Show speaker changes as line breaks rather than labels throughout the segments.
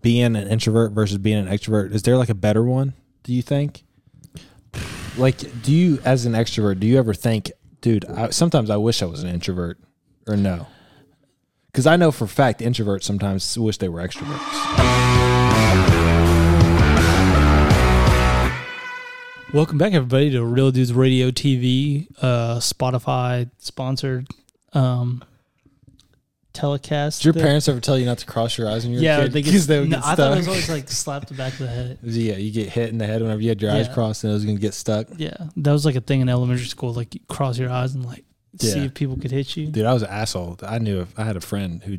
being an introvert versus being an extrovert, is there like a better one? Do you think? Like, do you as an extrovert, do you ever think, dude? I, sometimes I wish I was an introvert, or no? Because I know for a fact introverts sometimes wish they were extroverts.
Welcome back, everybody, to Real Dudes Radio TV, uh, Spotify sponsored um, telecast.
Did your
that-
parents ever tell you not to cross your eyes when you were
Yeah,
a kid?
they get,
'Cause they would
no,
get
I thought it was
stuck.
always like slapped the back of the head.
Yeah, you get hit in the head whenever you had your eyes
Yeah.
crossed, and it was gonna get stuck.
Yeah, that was like a thing in elementary school. Like, you cross your eyes and like see
Yeah.
if people could hit you.
Dude, I was an asshole. I knew if I had a friend who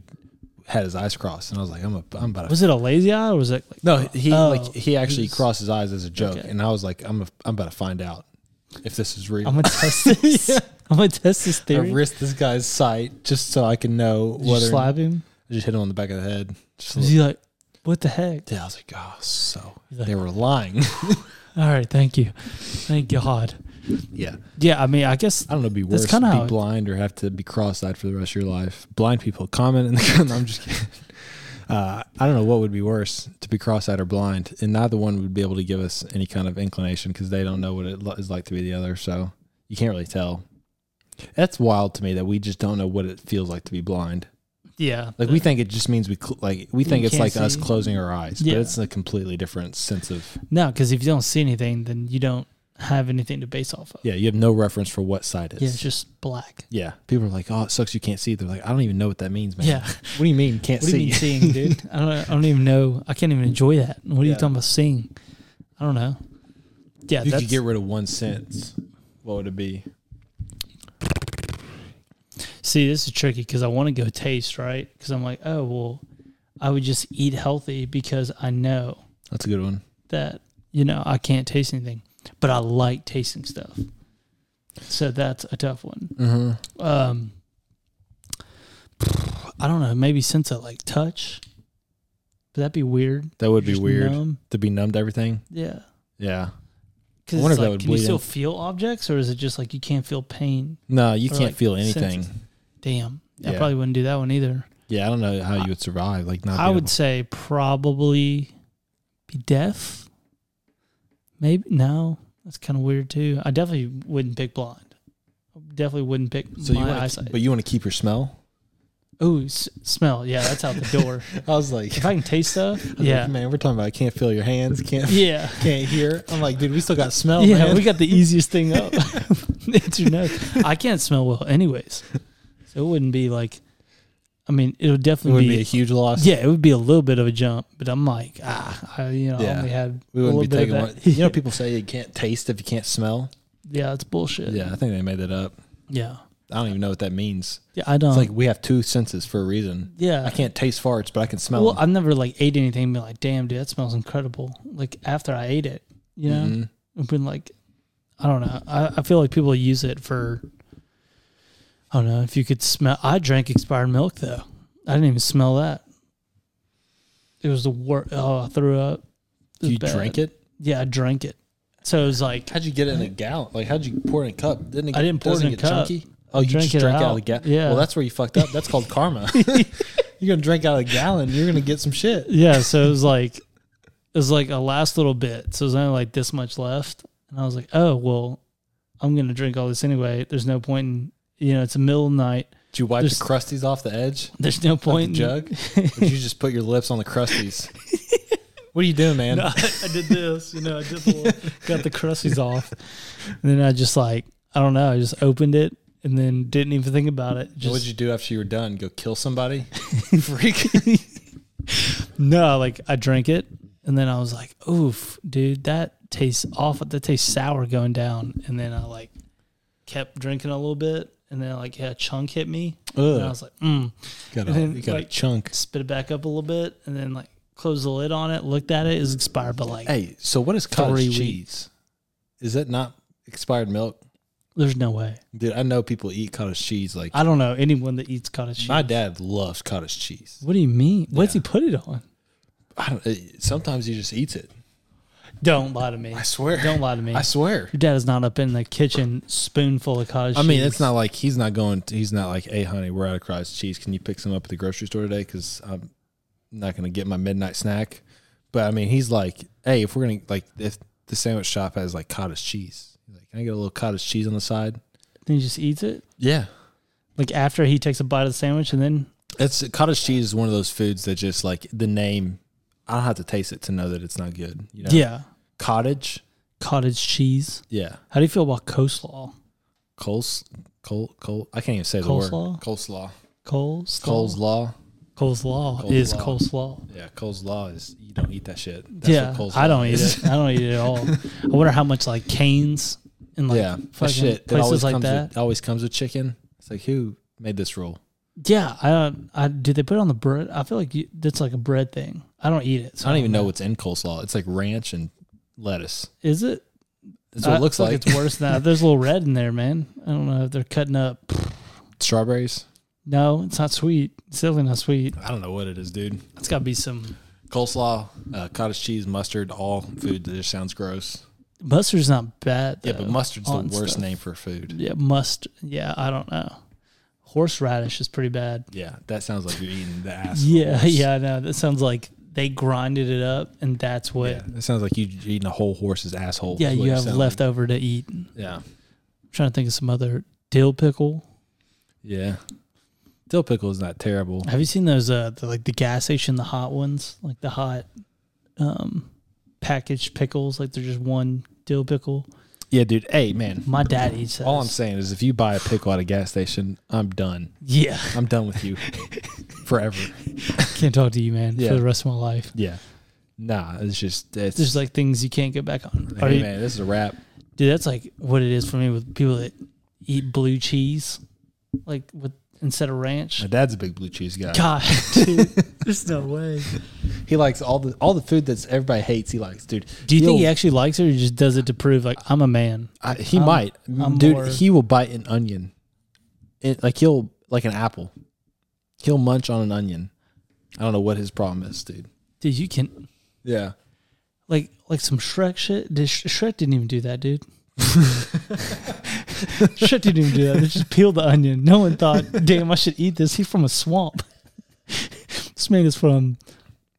had his eyes crossed, and I was like, I'm a, I'm about to
Was it a lazy eye or was it like
No, he
Oh,
like he actually
he's-
crossed his eyes as a joke,
Okay.
and I was like, I'm a, I'm about to find out if this is real.
I'm gonna test this? I'm gonna test this
I
theory.
risked this guy's sight just so I can know
Did you
whether
slap him?
I just hit him on the back of the head. Just a
Was
little-
he like, what the heck?
yeah, I was like, oh, so
He's like-
they were lying.
All right, thank you, thank God.
yeah,
Yeah, I mean, I guess
I don't know. It'd be
That's
worse to be
kinda how it-
blind or have to be cross-eyed for the rest of your life. Blind people comment, and the, I'm just kidding. Uh, I don't know what would be worse to be cross-eyed or blind, and neither one would be able to give us any kind of inclination because they don't know what it lo- is like to be the other. So you can't really tell. That's wild to me that we just don't know what it feels like to be blind.
yeah,
Like we think it just means we cl- like we
You
think it's
can't
like us
see.
closing our eyes,
Yeah.
but it's a completely different sense of
No, because if you don't see anything, then you don't have anything to base off of.
yeah. You have no reference for what side is.
Yeah, it's just black.
yeah. People are like, oh, it sucks you can't see. They're like, I don't even know what that means, man.
Yeah.
What do you mean can't
What do you mean seeing, dude? I don't. I don't even know. I can't even enjoy that. What are you
Yeah.
talking about seeing? I don't know. Yeah,
you
that's,
could get rid of one sentence. What would it be?
see, this is tricky because I want to go taste right because I'm like, oh well, I would just eat healthy because I know
That's a good one.
that you know I can't taste anything, but I like tasting stuff. So that's a tough one.
Mm-hmm.
Um, I don't know. Maybe sense of like touch. Would that be weird?
That would be
Just
weird
numb?
to be numb to everything.
Yeah.
Yeah.
Because
I wonder
like,
if that would
can you
bleed
still
in.
feel objects, or is it just like you can't feel pain?
No, you
Or,
can't
like,
feel anything.
senses. Damn, I
Yeah.
probably wouldn't do that one either.
Yeah, I don't know how you would survive. Like not.
I
being
would
able-
say probably be deaf. Maybe no, that's kind of weird too. I definitely wouldn't pick blind. Definitely wouldn't pick
So you
my
want
eyesight.
to, but you want to keep your smell.
Ooh, s- smell. Yeah, that's out the door.
I was like,
if I can taste stuff, yeah,
man, we're talking about I can't feel your hands, can't
yeah.
can't hear. I'm like, dude, we still got smell.
yeah,
man.
we got the easiest thing up. it's your nose. I can't smell well, anyways, so it wouldn't be like. I mean, it would
it
definitely
would be a huge loss.
yeah, it would be a little bit of a jump, but I'm like, ah, I, you know, I
Yeah.
only had
we
a
wouldn't
little
be
bit
taking
of
one.
that.
You know, people say you can't taste if you can't smell.
yeah, it's bullshit.
Yeah, I think they made that up.
yeah,
I don't even know what that means.
yeah. I don't.
It's like we have two senses for a reason.
yeah,
I can't taste farts, but I can smell.
Well,
them.
I've never like ate anything and been like, damn, dude, that smells incredible. Like after I ate it, you know,
Mhm.
I've been like, I don't know. I, I feel like people use it for. I don't know if you could smell. I drank expired milk though. I didn't even smell that. It was the worst. Oh, I threw up. It was
You
bad.
drank it?
Yeah, I drank it. So it was like
How'd you get it in a gallon? Like, how'd you pour it in a cup? Didn't it
I didn't pour it
doesn't
in a
get
cup.
Chunky? Oh, you
Drank
just
it
drank out.
out.
of the gallon.
Yeah.
Well, that's where you fucked up. That's called karma. you're gonna drink out of a gallon. You're gonna get some shit.
yeah. So it was like it was like a last little bit. So it was only like this much left, and I was like, oh well, I'm gonna drink all this anyway. There's no point in you know it's a middle of the night.
Did you wipe
There's-
the crusties off the edge
There's no
of
point
the
in-
jug? or did you just put your lips on the crusties? what are you doing, man?
No, I, I did this, you know, I did the little- got the crusties off. And then I just like, I don't know, I just opened it and then didn't even think about it.
what would
Just
you do after you were done? Go kill somebody? Freak.
no, like I drank it and then I was like, oof, dude, that tastes awful. That tastes sour going down. And then I like kept drinking a little bit and then like had a chunk hit me. And I
Ugh.
was like, mm.
Got a,
And then,
you got a
like-
chunk.
Spit it back up a little bit and then like closed the lid on it, looked at it, it was expired, but like
Hey, so what is cottage
Three
cheese? Is that not expired milk?
there's no way.
Dude, I know people eat cottage cheese. Like
I don't know anyone that eats cottage cheese.
my dad loves cottage cheese.
What do you mean? What's he
Yeah.
put it on?
I don't. It, sometimes he just eats it.
Don't lie to me.
I swear.
Don't lie to me.
I swear.
Your dad is not up in the kitchen, spoonful of cottage
I
cheese.
mean, it's not like he's not going. To, he's not like, hey, honey, we're out of cottage cheese. Can you pick some up at the grocery store today? Because I'm not gonna get my midnight snack. But I mean, he's like, hey, if we're gonna like, if the sandwich shop has like cottage cheese, he's like, can I get a little cottage cheese on the side?
Then he just eats it.
Yeah,
Like after he takes a bite of the sandwich, and then
it's cottage cheese is one of those foods that just like the name. I don't have to taste it to know that it's not good. You know?
yeah.
cottage.
cottage cheese.
Yeah,
How do you feel about coleslaw?
coles, col, col. I can't even say the
Coleslaw?
word. Coleslaw. Coleslaw.
Coleslaw. Coleslaw is
Coleslaw.
coleslaw.
Yeah, coleslaw is you don't eat that shit.
yeah,
coleslaw
I don't eat
is.
it. I don't eat it at all. I wonder how much like canes and like
yeah, that
fucking
shit. It
places
always
like
comes
that.
With, always comes with chicken. It's like who made this rule?
Yeah, I don't. I do they put it on the bread? I feel like you, that's like a bread thing. I don't eat it.
I don't even know what's in coleslaw. It's like ranch and lettuce.
Is it?
That's what
I
it looks
feel
like.
It's worse than that. There's a little red in there, man. I don't know if they're cutting up.
Strawberries.
No, it's not sweet. It's definitely not sweet.
I don't know what it is, dude.
It's got to be some
Coleslaw, uh, cottage cheese, mustard, all food that just sounds gross.
mustard's not bad.
Yeah,
though,
but mustard's the
on
worst
stuff.
name for food.
Yeah, must. Yeah, I don't know. Horseradish is pretty bad.
Yeah, that sounds like you're eating the ass. of a
Yeah,
horse.
yeah, I know. That sounds like they grinded it up, and that's what.
Yeah, it sounds like you're eating a whole horse's asshole.
Yeah,
is what
you
it
have
sounds like.
leftover to eat. I'm
Yeah,
trying to think of some other dill pickle.
yeah. Dill pickle is not terrible.
Have you seen those uh the, like the gas station the hot ones like the hot um packaged pickles like they're just one dill pickle.
Yeah, dude. Hey, man.
My dad eats those.
All I'm saying is, if you buy a pickle at a gas station, I'm done.
yeah,
I'm done with you forever.
can't talk to you, man,
Yeah.
for the rest of my life.
Yeah. Nah, it's just it's
There's like things you can't get back on. Are
hey
you-
man, this is a wrap.
dude, that's like what it is for me with people that eat blue cheese, like with instead of ranch.
My dad's a big blue cheese guy.
God, dude, there's no way.
He likes all the all the food that's everybody hates. He likes, dude.
Do you think he
he'll-
actually likes it, or he just does it to prove like I'm a man?
I, he
I'm-
might,
I'm
dude.
more-
He will bite an onion, it, like he'll like an apple. He'll munch on an onion. I don't know what his problem is, dude.
Dude, you can
Yeah,
like like some Shrek shit. Did Sh- Shrek didn't even do that, dude. Shrek didn't even do that. They just peeled the onion. No one thought, damn, I should eat this. He's from a swamp. this man is from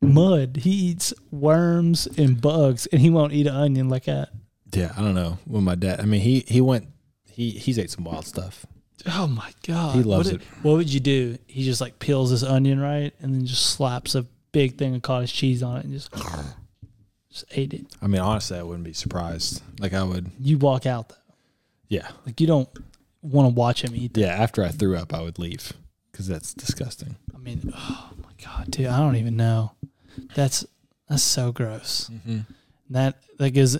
mud. He eats worms and bugs, and he won't eat an onion like that.
yeah. I don't know. When my dad, I mean, he he went, he he's ate some wild stuff.
Oh my god,
He loves
what
it.
What would you do? He just like peels this onion right, and then just slaps a big thing of cottage cheese on it, and just just ate it.
I mean, honestly, I wouldn't be surprised. Like I would,
You walk out though.
yeah,
Like you don't want to watch him eat. that.
yeah. After I threw up, I would leave because that's disgusting.
I mean, oh my god, dude, I don't even know. That's that's so gross.
Mm-hmm.
That that is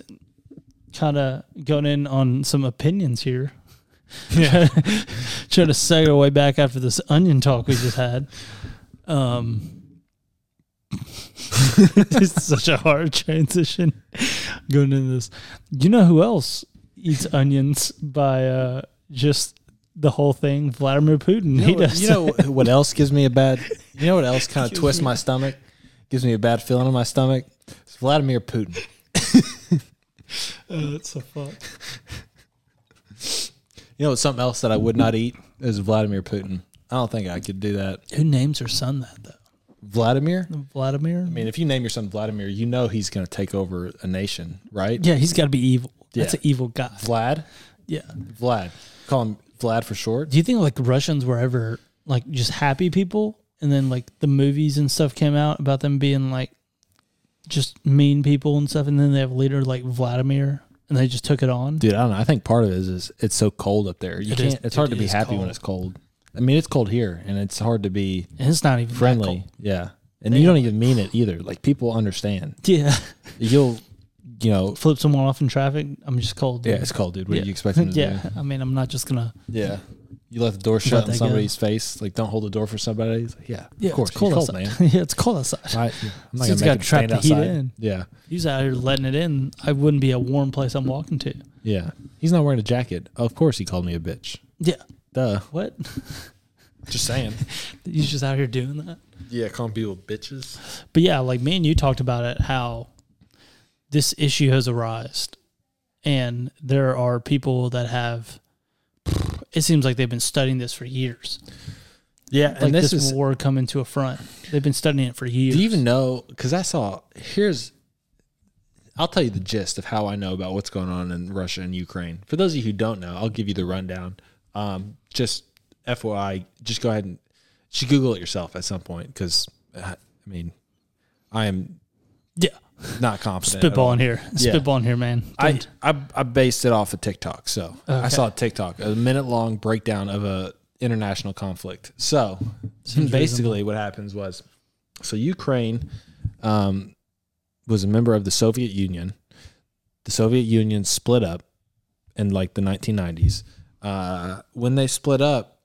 kind of going in on some opinions here.
Yeah.
Trying to segue back after this onion talk we just had. Um, it's such a hard transition going into this. You know who else eats onions by uh, just the whole thing? Vladimir Putin.
You
he
know, what-
does.
you know what else gives me a bad? You know what else kind of
Gives
twists
me-
my stomach? Gives me a bad feeling in my stomach. It's Vladimir Putin. Uh,
oh, that's so fuck.
You know what's something else that I would not eat is Vladimir Putin. I don't think I could do that.
Who names her son that though?
Vladimir.
Vladimir.
I mean, if you name your son Vladimir, you know he's going to take over a nation, right?
yeah, he's got to be evil. That's
Yeah.
an evil guy.
Vlad.
Yeah.
Vlad. Call him Vlad for short.
Do you think like Russians were ever like just happy people, and then like the movies and stuff came out about them being like just mean people and stuff, and then they have a leader like Vladimir, and they just took it on.
Dude, I don't know. I think part of it is, is it's so cold up there. You
It is-
can't. it's hard
dude,
to be
it is
happy
cold.
when it's cold. I mean, it's cold here, and it's hard to be
And it's not even that
friendly.
cold.
Yeah, and
They-
you don't even mean it either. Like people understand.
Yeah,
You'll, you know.
flip someone off in traffic. I'm just cold.
Yeah,
dude.
it's cold, dude. What
Yeah.
do you expect them to
yeah. I mean, I'm not just gonna.
do? Yeah. You let the door shut in
that go.
somebody's face. Like, don't hold the door for somebody. It's like, yeah,
Yeah,
of course.
it's cold,
you're cold man.
outside. yeah, it's cold outside.
I, I'm not
So
gonna
it's
make
gotta
him stand
trap the heat
outside.
in.
Yeah,
He's out here letting it in. I wouldn't be a warm place I'm walking to.
yeah. He's not wearing a jacket. Of course, he called me a bitch.
Yeah.
Duh.
What?
Just saying.
He's just out here doing that.
yeah, calling people bitches.
But yeah, like me and you talked about it, how this issue has arisen, and there are people that have. It seems like they've been studying this for years,
Yeah,
like
and
this,
this is
war coming to a front. They've been studying it for years.
Do you even know? Because I saw here's. I'll tell you the gist of how I know about what's going on in Russia and Ukraine. For those of you who don't know, I'll give you the rundown. Um, just FYI, just go ahead and just Google it yourself at some point because I mean, I am
yeah,
not confident. at all.
spitballing here,
Yeah.
spitballing here, man.
I,
Don't-
I I based it off of TikTok. So I saw a TikTok, a minute long breakdown of a international conflict. So basically, what happens was, so Ukraine um, was a member of the Soviet Union. The Soviet Union split up in like the 1990s. Uh, when they split up,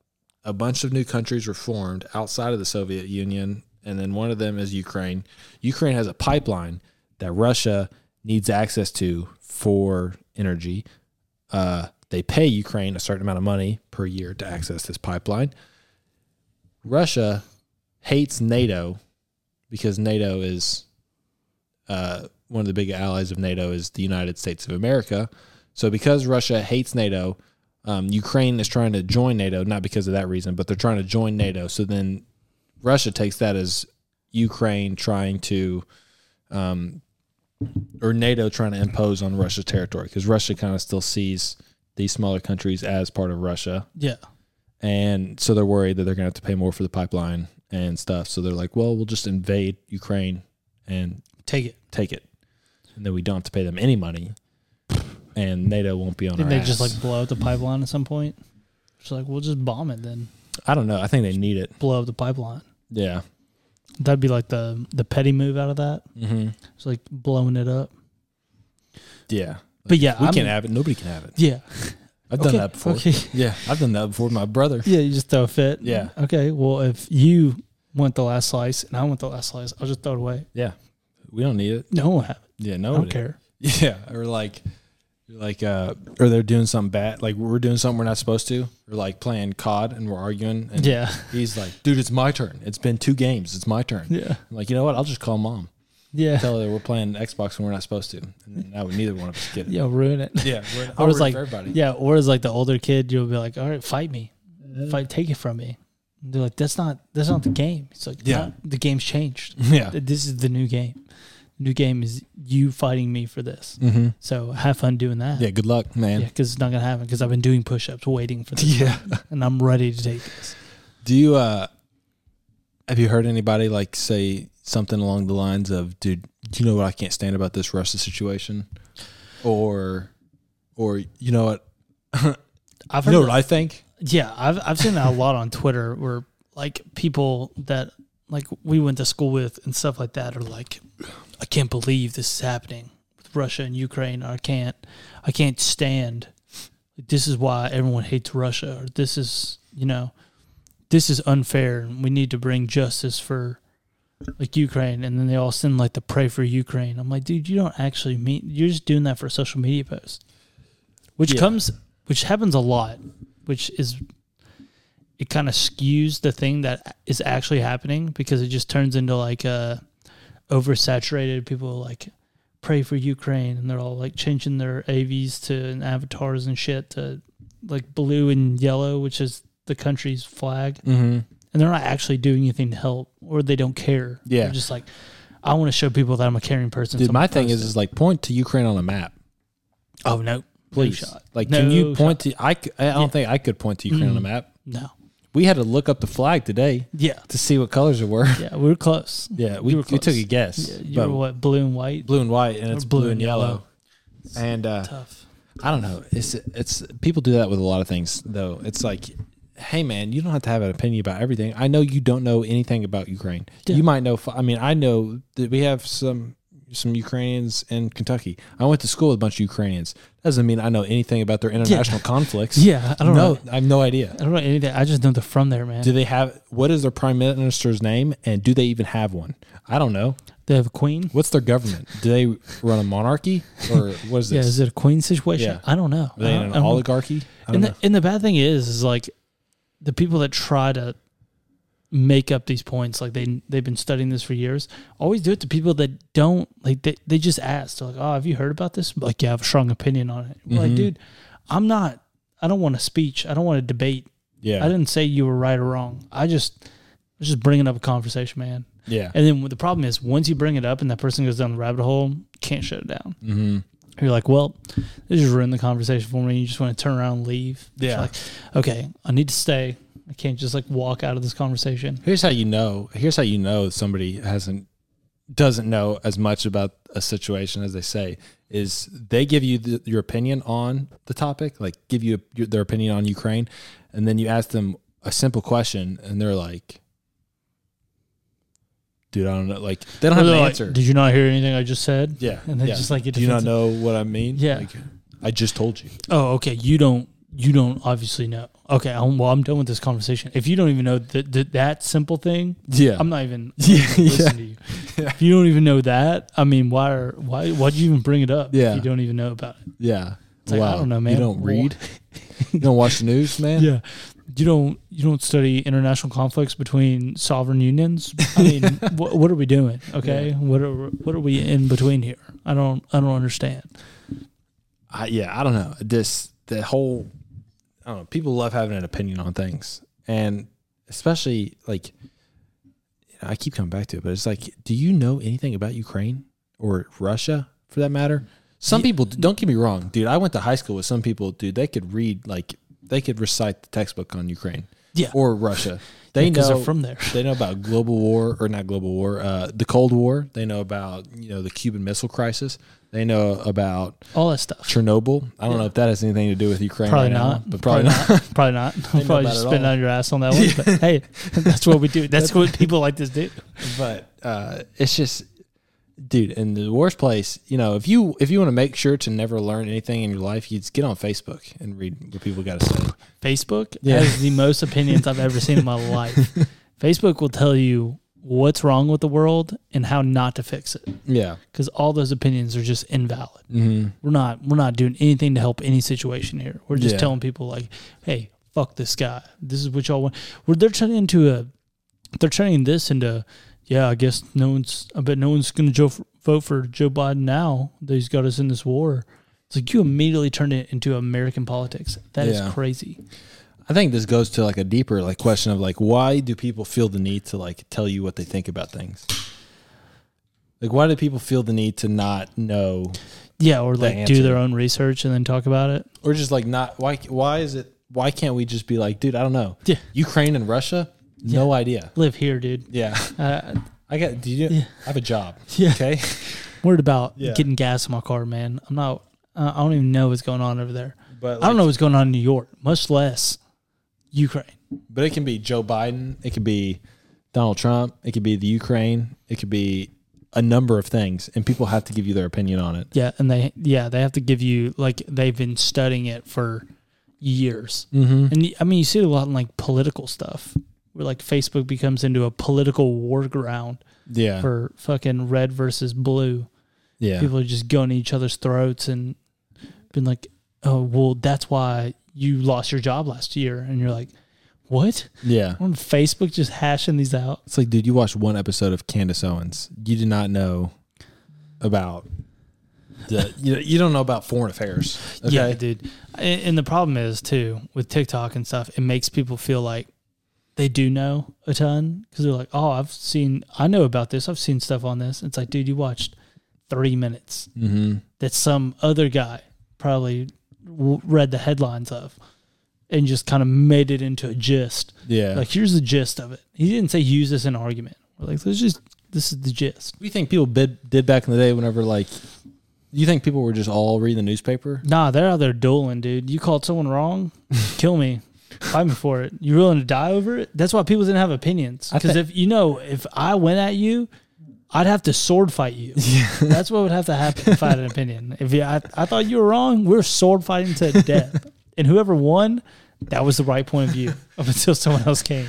a bunch of new countries were formed outside of the Soviet Union, and then one of them is Ukraine. Ukraine has a pipeline that Russia needs access to for energy. Uh, they pay Ukraine a certain amount of money per year to access this pipeline. Russia hates NATO because NATO is uh, one of the big allies of NATO is the United States of America. So because Russia hates NATO, um, Ukraine is trying to join NATO, not because of that reason, but they're trying to join NATO. So then Russia takes that as Ukraine trying to, um, or NATO trying to impose on Russia's territory because Russia kind of still sees these smaller countries as part of Russia.
yeah,
And so they're worried that they're going to have to pay more for the pipeline and stuff. So they're like, well, we'll just invade Ukraine and
take it.
take it, and then we don't have to pay them any money, and NATO won't be on
Didn't
our
they just
ass.
like blow up the pipeline at some point? It's like we'll just bomb it then,
I don't know. I think they need it.
blow up the pipeline.
Yeah.
That'd be like the the petty move out of that.
Mm-hmm.
It's like blowing it up.
Yeah.
But yeah,
we
I'm-
can't have it. Nobody can have it.
Yeah,
I've
okay,
done that before.
Okay.
Yeah, I've done that before. My brother.
Yeah, you just throw a fit.
Yeah.
Okay. Well, if you want the last slice and I want the last slice, I'll just throw it away.
Yeah, we don't need it.
No one will have it.
Yeah,
I
nobody.
don't care.
Yeah, or like, like, uh, or they're doing something bad. Like we're doing something we're not supposed to. Or like playing COD and we're arguing. And
Yeah.
He's like, dude, it's my turn. It's been two games. It's my turn.
Yeah.
I'm like, you know what? I'll just call mom.
Yeah.
Tell her we're playing Xbox when we're not supposed to. And then now neither one of us get it.
Yeah. Ruin it.
Yeah, we're
Or it's
outward
like,
for everybody.
yeah. Or as like the older kid, you'll be like, all right, fight me, fight, take it from me. And they're like, that's not, that's not the game. It's like,
Yeah.
yeah, the game's changed.
yeah.
Th- This is the new game. New game is you fighting me for this.
Mm-hmm.
So have fun doing that.
Yeah. Good luck,
Yeah,
man.
because it's not gonna happen. Because I've been doing push-ups, waiting for this, and I'm ready to take this.
Do you uh have you heard anybody like say something along the lines of, "Dude, you know what I can't stand about this Russia situation," or, or you know what,
I've
you
heard
know
that-
what I think?
Yeah, I've I've seen that a lot on Twitter where like people that like we went to school with and stuff like that are like, I can't believe this is happening with Russia and Ukraine. I can't I can't stand. This is why everyone hates Russia. Or this is you know, this is unfair, and we need to bring justice for like Ukraine. And then they all send like the pray for Ukraine. I'm like, dude, you don't actually mean. You're just doing that for a social media post, which
Yeah.
comes, which happens a lot, which is. It kind of skews the thing that is actually happening because it just turns into like a oversaturated people like pray for Ukraine and they're all like changing their AVs to and avatars and shit to like blue and yellow, which is the country's flag.
Mm-hmm.
And they're not actually doing anything to help or they don't care.
Yeah.
They're just like, I want to show people that I'm a caring person.
Dude,
so I'm
my
gonna
thing
post
is,
it.
is like point to Ukraine on a map,
oh, no.
please.
No shot.
Like,
No
can you
shot. Mm-hmm.
point to? I, c- I don't think I could point to Ukraine on a map.
No.
We had to look up the flag today
Yeah.
to see what colors it were.
Yeah. We were close.
Yeah, we,
You were
we took
close.
a guess,
Yeah, you
but
were what? Blue and white?
blue and white, and it's
blue
blue, and
and
yellow. And uh,
Tough.
I don't know. It's it's people do that with a lot of things though. It's like, hey man, you don't have to have an opinion about everything. I know you don't know anything about Ukraine.
Yeah.
You might know. f- I mean, I know that we have some some Ukrainians in Kentucky. I went to school with a bunch of Ukrainians. Doesn't mean I know anything about their international conflicts.
Yeah. I don't
no,
know.
I have no idea.
I don't know anything. I just know they're from there, man.
Do they have what is their prime minister's name, and do they even have one? I don't know.
They have a queen.
What's their government? Do they run a monarchy, or what is
Yeah,
this?
is it a queen situation?
Yeah.
I don't know.
Are they
I
in
don't-
an
I don't know.
oligarchy? I don't
and
know.
the, and the bad thing is, is like the people that try to make up these points, like they they've been studying this for years, always do it to people that don't like they, they just ask. They're like, Oh, have you heard about this? Like, yeah, I have a strong opinion on it. We're Like,
Mhm.
dude, I'm not I don't want a speech. I don't want a debate.
Yeah.
I didn't say you were right or wrong. I just I was just bringing up a conversation, man.
yeah.
And then the problem is once you bring it up and that person goes down the rabbit hole, can't shut it down.
Mm-hmm.
You're like, well, this just ruined the conversation for me. You just want to turn around and leave. It's
Yeah.
like, okay, I need to stay. I can't just like walk out of this conversation.
Here's how you know. Here's how you know somebody hasn't doesn't know as much about a situation as they say is they give you the, your opinion on the topic, like give you your, their opinion on Ukraine, and then you ask them a simple question, and they're like, "Dude, I don't know." Like they don't have
Or
an
they're like,
answer.
Did you not hear anything I just said?
yeah,
and they
yeah.
just, like, get
do you not
defensive.
know what I mean?
Yeah.
Like, I just told you.
Oh, okay. You don't. You don't obviously know. Okay. I'm, well, I'm done with this conversation. If you don't even know that that that simple thing,
Yeah,
I'm not even
Yeah,
listening to you.
Yeah.
If you don't even know that, I mean, why are why why'd you even bring it up?
Yeah.
If you don't even know about it.
yeah.
It's like, I don't know, man.
You don't
Wha-
read. you don't watch the news, man.
Yeah. You don't you don't study international conflicts between sovereign unions. I mean, wha- what are we doing? Okay,
Yeah.
what are what are we in between here? I don't I don't understand.
I, yeah, I don't know. This the whole I don't know. People love having an opinion on things, and especially like I keep coming back to it, but it's like, do you know anything about Ukraine or Russia for that matter? Some people don't get me wrong, dude. I went to high school with some people, dude. They could read like they could recite the textbook on Ukraine,
Yeah.
or Russia. They
because
know
they're from there.
they know about global war or not global war, uh, the Cold War. They know about you know the Cuban Missile Crisis. They know about
All that stuff.
Chernobyl. I don't know if that has anything to do with Ukraine.
Probably
right now,
not.
but probably, not.
Probably not.
know
probably
about
just
it
spitting
all.
on your ass on that one. But hey, that's what we do. That's what people like this do.
but uh, it's just, dude. In the worst place, you know, if you if you want to make sure to never learn anything in your life, you just get on Facebook and read what people got to say.
Facebook
Yeah.
has the most opinions I've ever seen in my life. Facebook will tell you what's wrong with the world and how not to fix it
Yeah.
because all those opinions are just invalid.
Mm-hmm.
We're not we're not doing anything to help any situation here. We're just
Yeah.
telling people like, hey, fuck this guy. This is what y'all want. We're, they're turning into a they're turning this into yeah. I guess no one's I bet no one's gonna jo- vote for Joe Biden now that he's got us in this war. It's like you immediately turned it into American politics. That is
Yeah.
crazy.
I think this goes to like a deeper like question of like why do people feel the need to like tell you what they think about things? Like why do people feel the need to not know
Yeah, or like do
answer.
their own research and then talk about it.
or just like not why why is it why can't we just be like dude, I don't know.
Yeah.
Ukraine and Russia? No idea.
Live here, dude.
Yeah.
Uh,
I got. Do you?
Yeah.
I have a job.
Yeah.
Okay.
worried about
Yeah.
getting gas in my car, man. I'm not. Uh, I don't even know what's going on over there.
But
I don't
like-
know what's going on in New York, much less Ukraine.
But it can be Joe Biden. It could be Donald Trump. It could be the Ukraine. It could be a number of things, and people have to give you their opinion on it.
Yeah, and they yeah they have to give you like they've been studying it for years.
Mm-hmm.
And y- I mean, you see it a lot in like political stuff, where like Facebook becomes into a political war ground
Yeah.
for fucking red versus blue.
yeah.
people are just going at each other's throats and been like, oh, well, that's why you lost your job last year. And you're like, what?
yeah.
On Facebook, just hashing these out.
It's like, dude, you watched one episode of Candace Owens. You did not know about. The, you, you don't know about foreign affairs. Okay?
Yeah, dude. And, and the problem is, too, with TikTok and stuff, it makes people feel like they do know a ton because they're like, oh, I've seen, I know about this. I've seen stuff on this. It's like, dude, you watched three minutes
Mm-hmm.
that some other guy probably w- read the headlines of and just kind of made it into a gist.
Yeah.
Like, here's the gist of it. He didn't say use this in an argument. We're like, let's just, this is the gist.
what do you think people did, did back in the day? Whenever like, you think people were just all reading the newspaper?
Nah, they're out there dueling, dude. You called someone wrong, kill me. Fight me for it. You willing to die over it? That's why people didn't have opinions.
I
Because
think-
if you know, if I went at you, I'd have to sword fight you. That's what would have to happen if I had an opinion. If you, I, I thought you were wrong, we're sword fighting to death. And whoever won, that was the right point of view up until someone else came.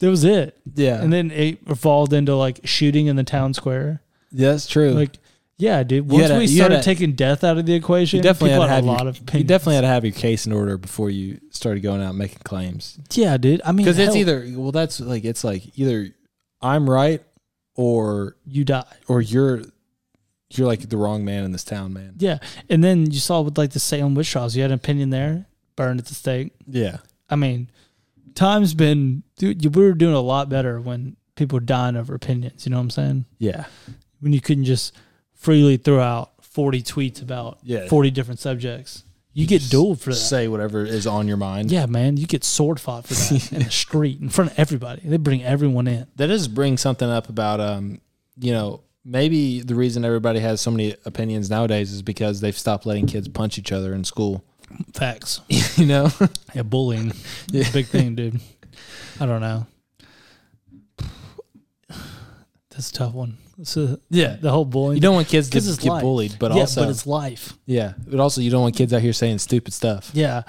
That was it.
Yeah.
And then it evolved into like shooting in the town square.
yeah, that's true.
Like, yeah, dude.
You
Once
had a-
we
you had
started
a-
taking death out of the equation,
you definitely had
people
to have
a
your-
lot of
You
opinions.
definitely had to have your case in order before you started going out and making claims.
yeah, dude. I mean,
Because it's
hell,
either well, that's like it's like either I'm right or
you die.
or you're you're like the wrong man in this town, man.
Yeah, and then you saw with like the Salem witch trials, you had an opinion there, burned at the stake.
Yeah,
I mean, time's been dude, you- we were doing a lot better when people were dying over opinions. You know what I'm saying?
Yeah.
When you couldn't just freely throw out 40 tweets about
Yeah.
40 different subjects. You get
Just
dueled for that.
Say whatever is on your mind.
yeah, man, you get sword fought for that in the street in front of everybody. They bring everyone in.
That does bring something up about, um, you know, maybe the reason everybody has so many opinions nowadays is because they've stopped letting kids punch each other in school.
Facts.
you know?
Yeah, bullying. It's a big thing, dude. I don't know. That's a tough one. So, yeah, the whole bullying.
You don't want kids to
'Cause it's
get
life.
bullied, but
yeah,
also,
but it's life.
yeah, but also you don't want kids out here saying stupid stuff.
Yeah.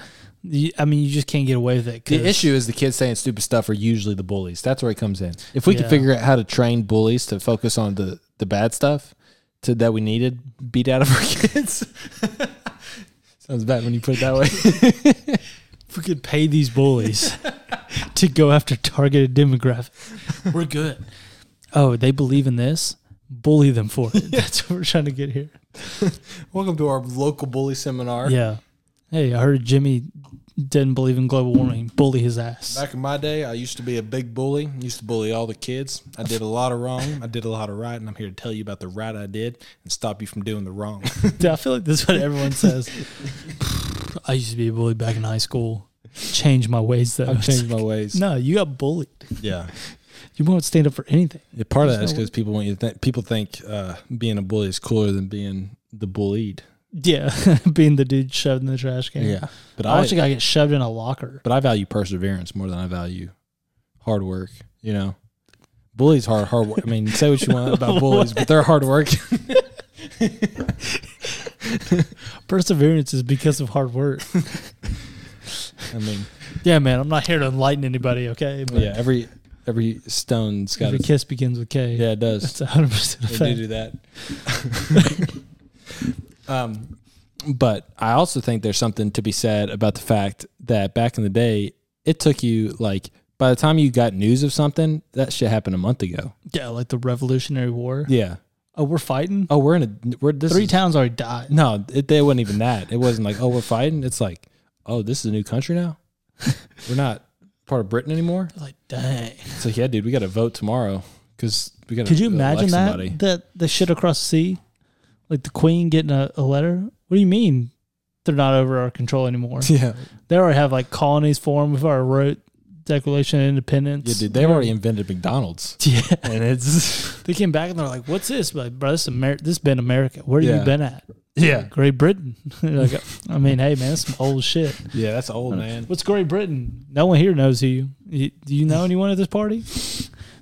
You- I mean, you just can't get away with it. 'cause-
The issue is the kids saying stupid stuff are usually the bullies. That's where it comes in. If we
Yeah.
could figure out how to train bullies to focus on the, the bad stuff to, that we needed beat out of our kids. Sounds bad when you put it that way.
if we could pay these bullies to go after targeted demographics, we're good. Oh, they believe in this? Bully them for it. That's what we're trying to get here.
Welcome to our local bully seminar.
Yeah. Hey, I heard Jimmy didn't believe in global warming. Bully his ass.
Back in my day, I used to be a big bully. Used to bully all the kids. I did a lot of wrong. I did a lot of right, and I'm here to tell you about the right I did and stop you from doing the wrong.
Dude, I feel like that's what everyone says. I used to be a bully back in high school. Changed my ways though.
I've changed my ways.
No, you got bullied.
Yeah.
You won't stand up for anything.
Yeah, part of
There's
that is
no way.
because people want you to think people think uh, being a bully is cooler than being the bullied.
Yeah, being the dude shoved in the trash can.
but
I
I,
watched a guy get shoved in a locker.
but I value perseverance more than I value hard work. You know, bullies hard hard. Work. I mean, say what you want about bullies, but they're hard work.
Perseverance is because of hard work.
I mean,
yeah, man, I'm not here to enlighten anybody. Okay, but
yeah, every every stone's got
every
its
kiss begins with K.
Yeah, it does.
that's 100 percent a
they
fact.
do do that. um, but I also think there's something to be said about the fact that back in the day, it took you like by the time you got news of something, that shit happened a month ago.
Yeah, like the Revolutionary War.
Yeah.
Oh, we're fighting.
Oh, we're in a we're this
Three
is-
towns already died.
No, it, they wasn't even that. It wasn't like oh we're fighting. It's like oh this is a new country now. we're not part of Britain anymore.
Like, dang.
It's like yeah, dude, we got to vote tomorrow because we got.
Could you imagine that? That the shit across the sea, like the Queen getting a, a letter. What do you mean? They're not over our control anymore.
Yeah,
they already have like colonies formed. We've already wrote Declaration of Independence.
yeah, dude. They've already invented McDonald's.
Yeah,
and it's
they came back and they're like, "What's this?" But like, bro, this, Amer- this has been America. Where have
Yeah.
you been at?
yeah,
Great Britain. like, I mean, hey man, that's some old shit.
yeah. That's old man.
What's Great Britain? No one here knows who you. you do you know anyone at this party?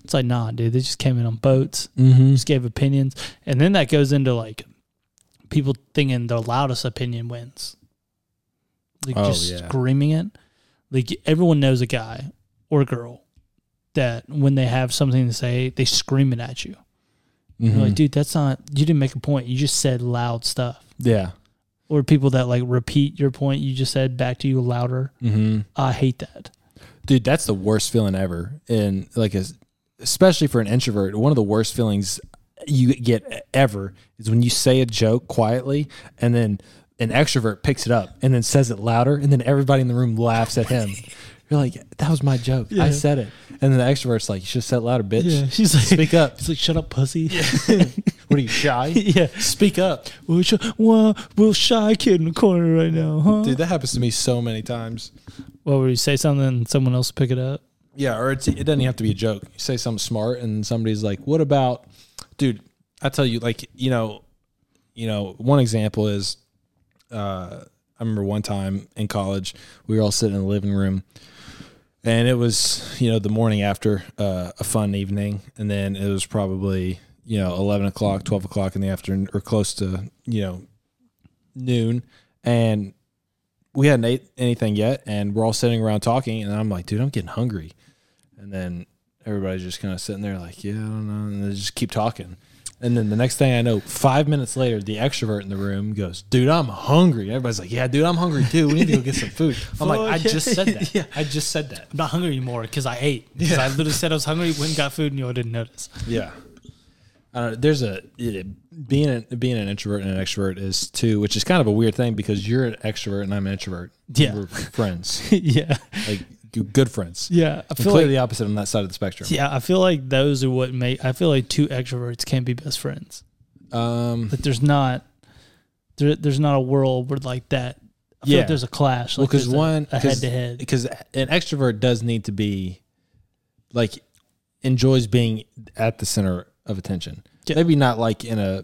It's like, nah, dude. They just came in on boats.
Mm-hmm.
just gave opinions. And then that goes into like people thinking the loudest opinion wins. Like
Oh,
just
yeah.
screaming it. Like everyone knows a guy or girl that when they have something to say, they scream it at you. You're
Mm-hmm.
like, dude, that's not you didn't make a point. You just said loud stuff.
Yeah.
Or people that like repeat your point you just said back to you louder.
Mm-hmm.
I hate that.
Dude, that's the worst feeling ever, and like, as- especially for an introvert, one of the worst feelings you get ever is when you say a joke quietly, and then an extrovert picks it up and then says it louder, and then everybody in the room laughs at him. You're like, that was my joke.
Yeah.
I said it, and then the extrovert's like, you should have said it louder, bitch.
She's like
Speak up.
She's like, shut up, pussy. Yeah.
What are you shy? Speak up,
We'll, sh- well, we'll shy kid in the corner right now, huh?
dude. That happens to me so many times.
Well, would you say something and someone else pick it up?
Yeah, or it's, it doesn't even have to be a joke. You say something smart, and somebody's like, "What about, dude?" I tell you, like, you know, you know, one example is, uh, I remember one time in college, we were all sitting in the living room, and it was, you know, the morning after uh, a fun evening, and then it was probably, you know, eleven o'clock, twelve o'clock in the afternoon, or close to, you know, noon, and we hadn't ate anything yet, and we're all sitting around talking, and I'm like, dude, I'm getting hungry. And then everybody's just kind of sitting there like, yeah, I don't know. And they just keep talking. And then the next thing I know, five minutes later, the extrovert in the room goes, dude, I'm hungry. Everybody's like, yeah, dude, I'm hungry too. We need to go get some food. I'm like, I
Fuck yeah.
just said that. I just said that.
I'm not hungry anymore because I ate. Because I literally said I was hungry, went and got food, and y'all didn't notice.
Yeah. I don't know, there's a it- being a, being an introvert and an extrovert is too, which is kind of a weird thing because you're an extrovert and I'm an introvert.
Yeah.
we're friends.
yeah.
Like good friends.
Yeah, I
And
feel
clearly
like
the opposite on that side of the spectrum.
yeah, I feel like those are what make. I feel like two extroverts can't be best friends.
Um,
Like there's not there, there's not a world where like that. I feel
Yeah.
like there's a clash.
Well,
Like
'cause
there's a-
one-
a
'cause-
head to head.
because an extrovert does need to be like enjoys being at the center of attention.
Yeah.
Maybe not like in a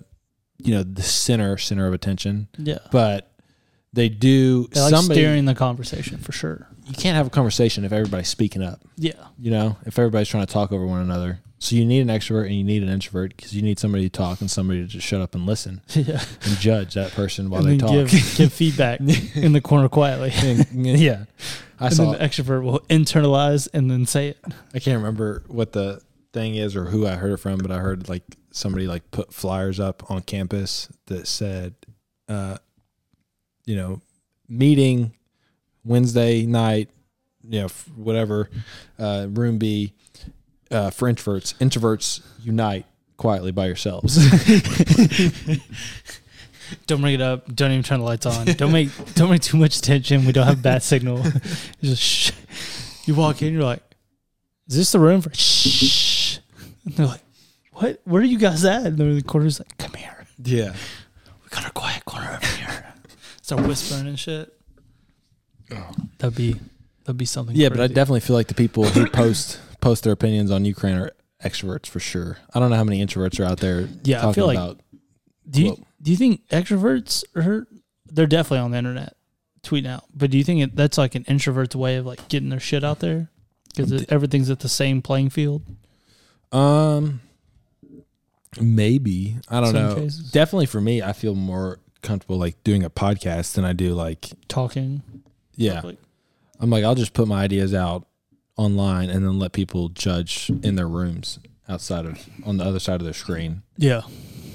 you know the center center of attention,
Yeah,
but they do
They like
somebody
steering the conversation for sure.
you can't have a conversation if everybody's speaking up,
Yeah,
you know, if everybody's trying to talk over one another. So you need an extrovert and you need an introvert because you need somebody to talk and somebody to just shut up and listen
yeah.
and judge that person while
and
they
then
talk.
give give feedback in the corner quietly.
And- yeah. I
and
saw
then the extrovert will internalize and then say it.
I can't remember what the thing is or who I heard it from, but I heard like somebody like put flyers up on campus that said, uh, you know, meeting Wednesday night, you know, f- whatever, uh, room B uh, for introverts. Introverts unite quietly by yourselves.
Don't bring it up. Don't even turn the lights on. Don't make don't make too much attention. We don't have bad signal. Just shh. You walk in, you're like, "Is this the room for shh?" And they're like, "What? Where are you guys at?" And they're in the corner's like, "Come here.
yeah.
We got our quiet corner over here." Start whispering and shit. That'd be that'd be something.
Yeah, but I
crazy.
definitely feel like the people who post post their opinions on Ukraine are extroverts for sure. I don't know how many introverts are out there
Yeah, I
talking
feel like-
about
do you
Whoa.
do you think extroverts are? They're definitely on the internet tweeting out, but do you think it, that's like an introvert's way of like getting their shit out there because everything's at the same playing field?
Um, maybe I don't
Some
know.
cases.
Definitely for me, I feel more comfortable like doing a podcast than I do like
talking.
yeah.
public.
I'm like I'll just put my ideas out online and then let people judge in their rooms outside of on the other side of their screen.
Yeah.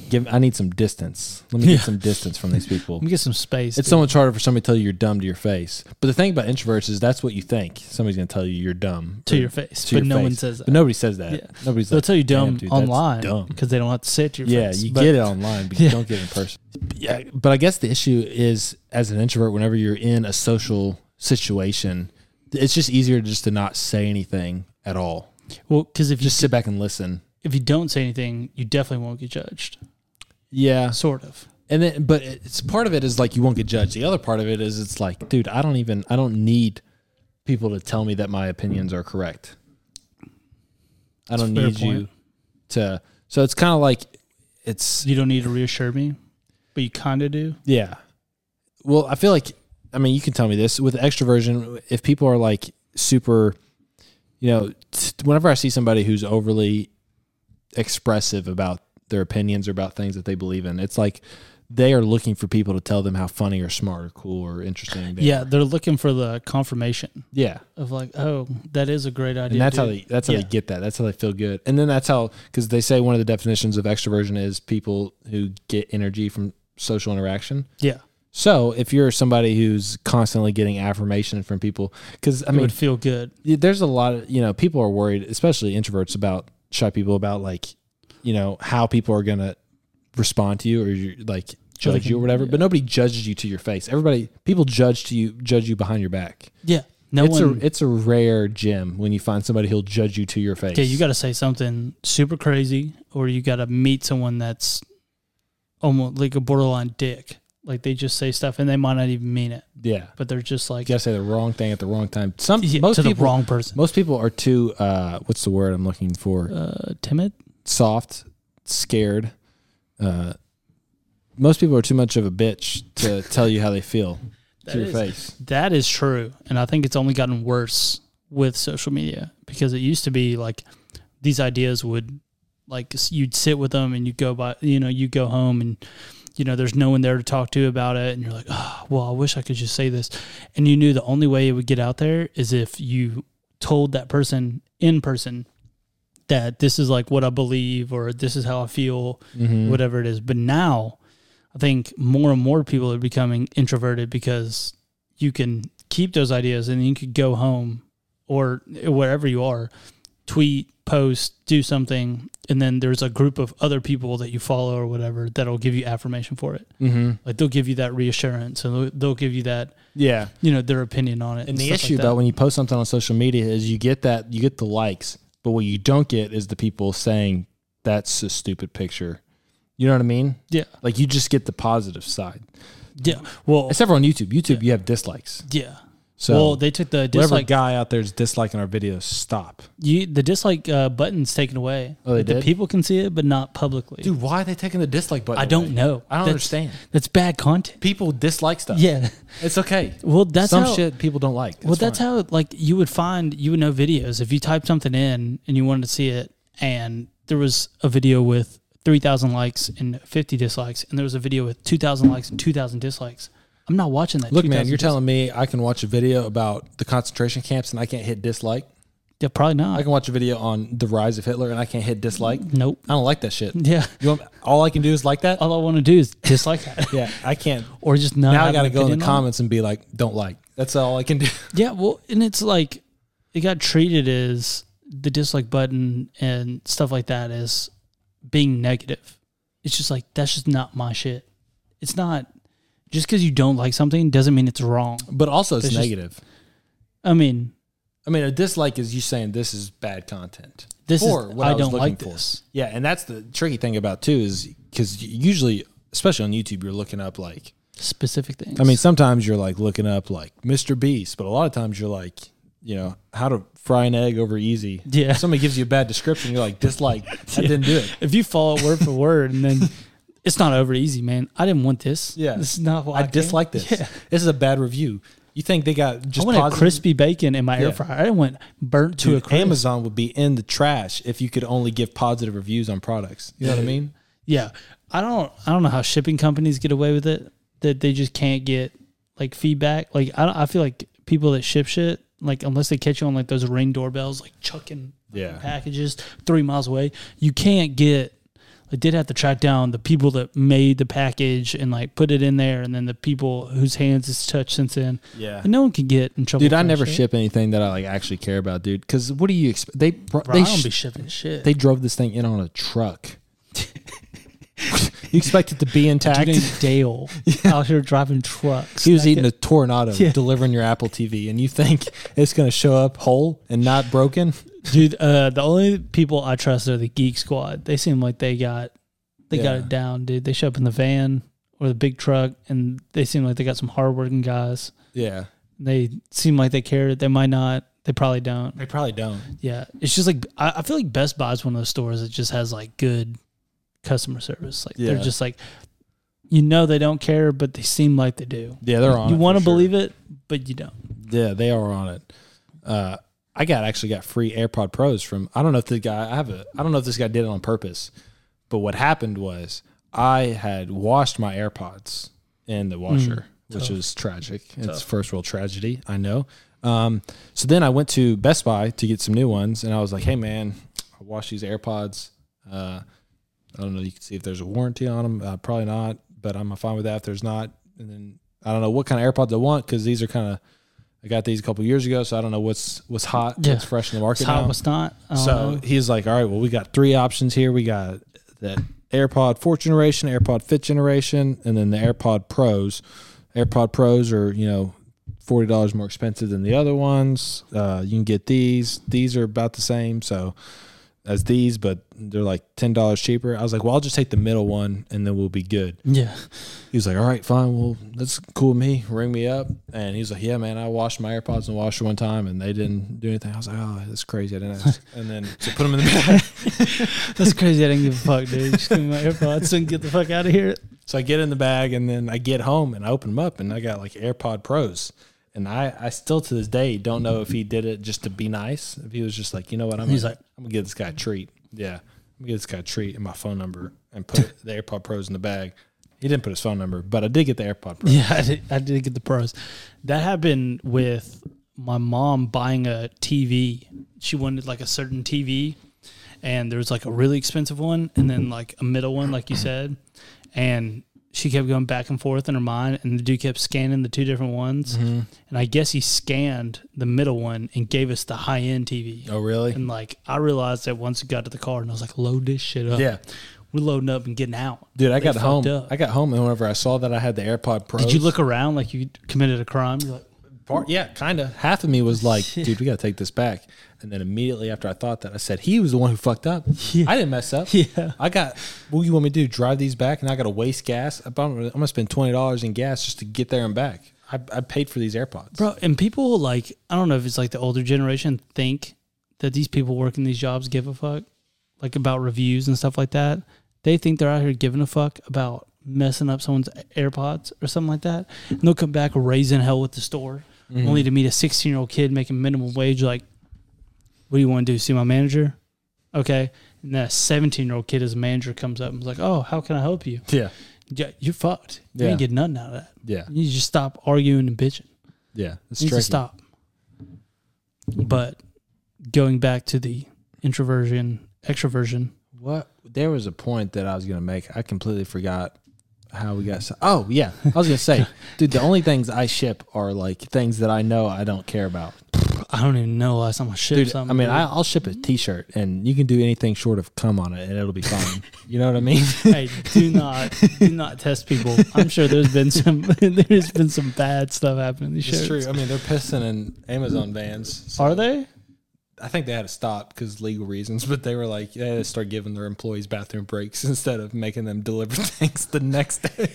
Give I need some distance. Let me
Yeah.
get some distance from these people.
Let me get some space.
It's
dude.
so much harder for somebody to tell you you're dumb to your face. But the thing about introverts is that's what you think. Somebody's going to tell you you're dumb
to
or-
your face,
to your
but no one
face.
says that.
But nobody says that.
Yeah.
Nobody's
They'll
like,
tell you
"Damn,
dumb
dude, that's
online
dumb."
because they don't have to say it to your
yeah,
face.
you
but
get it online, but you
Yeah.
don't get it in person. Yeah, but I guess the issue is as an introvert, whenever you're in a social situation, it's just easier just to not say anything at all.
Well, because if you
Just sit back and listen.
if you don't say anything, you definitely won't get judged.
Yeah,
Sort of.
and then but it's part of it is like you won't get judged. The other part of it is it's like, dude, I don't even I don't need people to tell me that my opinions are correct. I don't
a fair
need you
point.
to. So it's kind of like it's
You don't need to reassure me, but you kind of do.
Yeah. Well, I feel like I mean you can tell me this with extroversion. If people are like super, you know, t- whenever I see somebody who's overly expressive about their opinions or about things that they believe in, it's like they are looking for people to tell them how funny or smart or cool or interesting. They
Yeah,
are.
they're looking for the confirmation
yeah.
of like, oh, that is a great idea.
And that's how
dude.
they that's how
Yeah.
they get that. That's how they feel good. And then that's how because they say one of the definitions of extroversion is people who get energy from social interaction.
yeah,
So if you're somebody who's constantly getting affirmation from people, because I
it
mean,
would feel good.
y- there's a lot of you know people are worried, especially introverts, about shy people about like you know how people are gonna respond to you or you like judge you or
can-
whatever. But
yeah.
nobody judges you to your face. Everybody people judge to you judge you behind your back.
Yeah, no
it's
one.
a it's a rare gem when you find somebody who'll judge you to your face.
okay, you got to say something super crazy, or you got to meet someone that's almost like a borderline dick. Like they just say stuff and they might not even mean it,
yeah.
but they're just like
You gotta say the wrong thing at the wrong time. Some
yeah,
most
to
people
the wrong person.
most people are too uh, what's the word I'm looking for?
Uh, timid.
soft, scared. Uh, most people are too much of a bitch to tell you how they feel
That
to your
is-
face.
That is true, and I think it's only gotten worse with social media because it used to be like these ideas would like s- you'd sit with them and you go by you know you go home and you know there's no one there to talk to about it and you're like oh well I wish I could just say this and you knew the only way it would get out there is if you told that person in person that this is like what I believe or this is how I feel
Mm.
whatever it is but now I think more and more people are becoming introverted because you can keep those ideas and then you could go home or wherever you are, tweet, post, do something, and then there's a group of other people that you follow or whatever that'll give you affirmation for it.
Mm-hmm.
Like they'll give you that reassurance and they'll, they'll give you that,
Yeah.
you know, their opinion on it.
And the
stuff
issue
like that.
though, when you post something on social media, is you get that you get the likes, but what you don't get is the people saying that's a stupid picture. You know what I mean?
Yeah.
Like you just get the positive side,
Yeah. Well,
except for on YouTube. YouTube, you have dislikes.
yeah.
So
well, they took the
whatever
dislike.
guy out there is disliking our videos, stop.
You, the dislike uh, button's taken away.
Oh, they
But the
did?
people can see it, but not publicly.
Dude, why are they taking the dislike button?
I don't
away?
know.
I don't
That's-
understand.
That's bad content.
People dislike stuff.
Yeah.
it's okay.
Well, that's
Some
how,
shit people don't like.
Well, that's how like you would find you would know videos if you typed something in and you wanted to see it, and there was a video with three thousand likes and fifty dislikes, and there was a video with two thousand likes and two thousand dislikes. I'm not watching that.
Look, man,
2,000
you're
dis-
telling me I can watch a video about the concentration camps and I can't hit dislike.
yeah, probably not.
I can watch a video on the rise of Hitler and I can't hit dislike.
nope.
I don't like that shit.
Yeah, Oh.
You want, all I can do is like that.
all I want to do is dislike that,
Yeah, I can't.
or just not.
Now I
have an
got to go in the
opinion on it.
comments and be like, "Don't like." That's all I can do.
Yeah, well, and it's like it got treated as the dislike button and stuff like that as being negative. It's just like that's just not my shit. It's not just because you don't like something doesn't mean it's wrong.
But also, it's
That's just-
negative.
I mean,
I mean, a dislike is you saying this is bad content.
this is
Or what I
I
was
don't
looking
like
for.
this.
Yeah, and that's the tricky thing about too is because usually, especially on YouTube, you're looking up like.
Specific things.
I mean, sometimes you're like looking up like Mr. Beast, but a lot of times you're like, you know, how to fry an egg over easy.
Yeah.
If somebody gives you a bad description, you're like, dislike. I didn't do it.
if you follow it word for word and then it's not over easy, man. I didn't want this.
Yeah.
this is not what I,
I
came-
dislike this.
Yeah.
This is a bad review. You think they got just
I wanted
positive-
crispy bacon in my air
Yeah.
fryer. I didn't want burnt to
Dude,
a crisp.
Amazon would be in the trash if you could only give positive reviews on products. You know what I mean?
Yeah, I don't. I don't know how shipping companies get away with it that they just can't get like feedback. Like I, don't- I feel like people that ship shit, like unless they catch you on like those ring doorbells, like chucking
Yeah.
packages three miles away, you can't get. I did have to track down the people that made the package and like put it in there, and then the people whose hands it's touched since then.
Yeah.
And no one can get in trouble.
Dude, I
for that
never
shit.
ship anything that I like actually care about, dude. Because what do you expect? They brought,
Bro,
they
I don't
sh-
be shipping shit.
they drove this thing in on a truck. you expect it to be intact?
Dude named Dale out here driving trucks.
He was
Like,
eating a tornado,
Yeah.
delivering your Apple TV, and you think it's going to show up whole and not broken?
Dude, uh, the only people I trust are the Geek Squad. They seem like they got they got
Yeah.
it down, dude. They show up in the van or the big truck, and they seem like they got some hardworking guys.
Yeah,
They seem like they care. They might not. They probably don't.
they probably don't.
Yeah, it's just like I, I feel like Best Buy is one of those stores that just has like good customer service. Like
Yeah.
they're just like, you know, they don't care, but they seem like they do.
Yeah, they're on.
you want to
believe
believe it, but you don't.
it? Yeah, they are on it. Uh, I got actually got free AirPod Pros from. I don't know if the guy. I have a. I don't know if this guy did it on purpose, but what happened was I had washed my AirPods in the washer,
Mm,
which is tragic. It's first world tragedy. I know. Um, so then I went to Best Buy to get some new ones, and I was like, "Hey man, I washed these AirPods. Uh, I don't know. You can see if there's a warranty on them. Uh, probably not, but I'm fine with that if there's not. And then I don't know what kind of AirPods I want because these are kind of. I got these a couple years ago, so I don't know what's what's hot,
Yeah.
what's fresh in the market
It's how
now.
it's not. I don't
So
know.
he's like, all right, well, we got three options here. We got the AirPod fourth generation, AirPod fifth generation, and then the AirPod Pros. AirPod Pros are, you know, forty dollars more expensive than the other ones. Uh, you can get these. These are about the same, so as these, but they're like ten dollars cheaper. I was like, well, I'll just take the middle one, and then we'll be good.
yeah,
He was like, all right, fine. Well, that's cool with me. Ring me up. And he's like, yeah, man, I washed my AirPods in the washer one time and they didn't do anything. I was like, oh, that's crazy. I didn't ask. and then so put them in the bag.
that's crazy. I didn't give a fuck, dude. Just give me my AirPods and get the fuck out of here.
So I get in the bag and then I get home and I open them up and I got like AirPod Pros. And I, I still to this day don't know if he did it just to be nice. If he was just like, you know what, I'm
He's
gonna-
like-
I'm gonna give this guy a treat. Yeah. I'm gonna give this guy a treat and my phone number and put the AirPod Pros in the bag. He didn't put his phone number, but I did get the AirPod Pros.
Yeah, I did, I did get the pros. That happened with my mom buying a TV. She wanted like a certain TV, and there was like a really expensive one, and then like a middle one, like you said. And she kept going back and forth in her mind, and the dude kept scanning the two different ones. And I guess he scanned the middle one and gave us the high end TV.
Oh, really?
And like, I realized that once we got to the car, and I was like, load this shit up.
Yeah.
We're loading up and getting out.
Dude, I
They
got
fucked
home.
up.
I got home, and whenever I saw that I had the AirPod Pro,
Did you look around like you committed a crime? You're like,
Part, yeah, kind of. Half of me was like, "Dude, we got to take this back." And then immediately after I thought that, I said, "He was the one who fucked up. I didn't mess up.
Yeah.
I got. What do you want me to do? Drive these back, and I got to waste gas. I'm, I'm gonna spend twenty dollars in gas just to get there and back. I, I paid for these AirPods.
Bro, and people like I don't know if it's like the older generation think that these people working these jobs give a fuck, like about reviews and stuff like that. They think they're out here giving a fuck about messing up someone's AirPods or something like that, and they'll come back raising hell with the store, only to meet a sixteen-year-old kid making minimum wage. Like, what do you want to do? See my manager? Okay. And then a seventeen-year-old kid, as a manager, comes up and is like, "Oh, how can I help you?
Yeah,
Yeah, you're fucked. You
Yeah.
ain't get nothing out of that.
yeah,
You need to just stop arguing and bitching."
yeah. It's
needs
tricky.
to stop. But going back to the introversion, extroversion,
What? There was a point that I was gonna make. I completely forgot how we got. So- oh yeah, I was gonna say, dude. The only things I ship are like things that I know I don't care about.
I don't even know last time I shipped
Dude,
something.
I mean,
dude.
I, I'll ship a T-shirt, and you can do anything short of cum on it, and it'll be fine. you know what I mean?
hey, do not do not test people. I'm sure there's been some there's been some bad stuff happening. These shirts.
I mean, they're pissing in Amazon vans.
Are they?
I think they had to stop because legal reasons, but they were like, they had to start giving their employees bathroom breaks instead of making them deliver things the next day.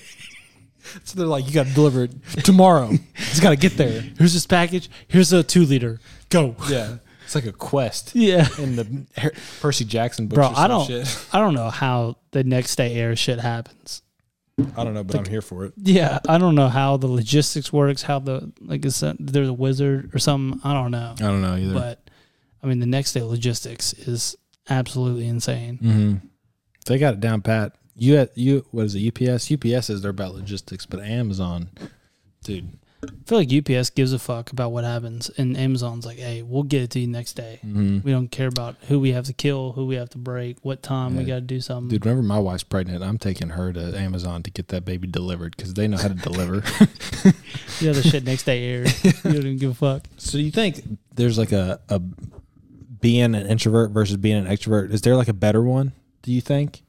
so they're like, you got to deliver it tomorrow. it's got to get there.
Here's this package. Here's a two liter. Go.
Yeah, it's like a quest
Yeah.
in the Her- Percy Jackson books.
Bro,
or
I
some
don't
Shit.
I don't know how the next day air shit happens.
I don't know, but I'm here for it.
Yeah, I don't know how the logistics works, how the like is that- there's a wizard or something. I don't know.
I don't know either.
But I mean, the next day logistics is absolutely insane.
hmm They got it down pat. You at you what is it? UPS. UPS is they're about logistics, but Amazon, dude.
I feel like UPS gives a fuck about what happens, and Amazon's like, "Hey, we'll get it to you next day.
Mhm.
We don't care about who we have to kill, who we have to break, what time we
Yeah.
got to do something."
Dude, whenever my wife's pregnant, I'm taking her to Amazon to get that baby delivered because they know how to deliver.
The other shit next day airs. you don't even give a fuck.
so you think there's like a, a being an introvert versus being an extrovert? Is there like a better one? Do you think?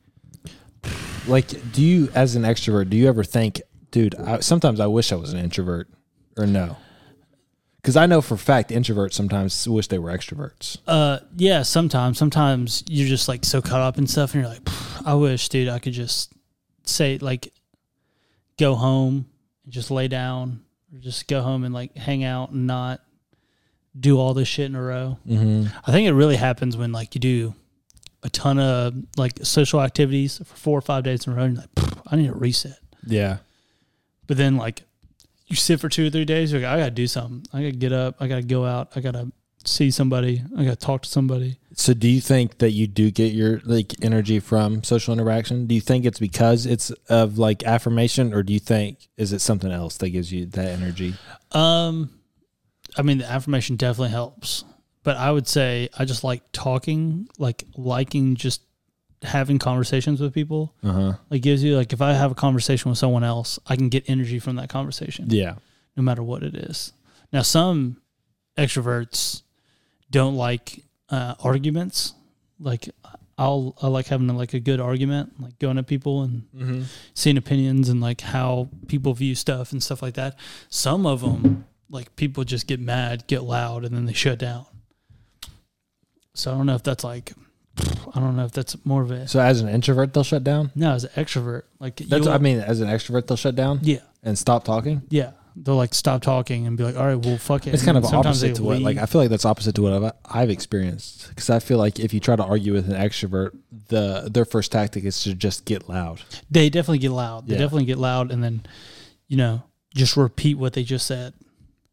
Like, do you as an extrovert? Do you ever think, dude? I, sometimes I wish I was an introvert, or no? Because I know for a fact introverts sometimes wish they were extroverts.
Uh, yeah. Sometimes, sometimes you're just like so caught up in stuff, and you're like, "Pff, "I wish, dude, I could just say like, go home and just lay down, or just go home and like hang out and not do all this shit in a row."
Mm-hmm.
I think it really happens when like you do a ton of like social activities for four or five days in a row. And you're like, "Pff, I need a reset.
Yeah.
But then like you sit for two or three days. You're like, I gotta do something. I gotta get up. I gotta go out. I gotta see somebody. I gotta talk to somebody.
So do you think that you do get your like energy from social interaction? Do you think it's because it's of like affirmation or do you think is it something else that gives you that energy?
Um, I mean, the affirmation definitely helps, but I would say I just like talking, like liking just having conversations with people.
Uh-huh.
It gives you like if I have a conversation with someone else, I can get energy from that conversation,
Yeah.
no matter what it is. Now, some extroverts don't like uh, arguments. Like I'll I like having like a good argument, like going to people and
Mm-hmm.
seeing opinions and like how people view stuff and stuff like that. Some of them, like people just get mad, get loud, and then they shut down. So I don't know if that's like, I don't know if that's more of a
So as an introvert they'll shut down?
no as an extrovert. Like
That's
you'll-
I mean as an extrovert they'll shut down
yeah,
and stop talking?
yeah. They'll like stop talking and be like, all right, well, fuck it.
It's
And
kind
then
of
sometimes
opposite
they
to what like
leave.
I feel like that's opposite to what I've, I've experienced because I feel like if you try to argue with an extrovert, the their first tactic is to just get loud.
they definitely get loud. They
Yeah.
definitely get loud, and then you know just repeat what they just said.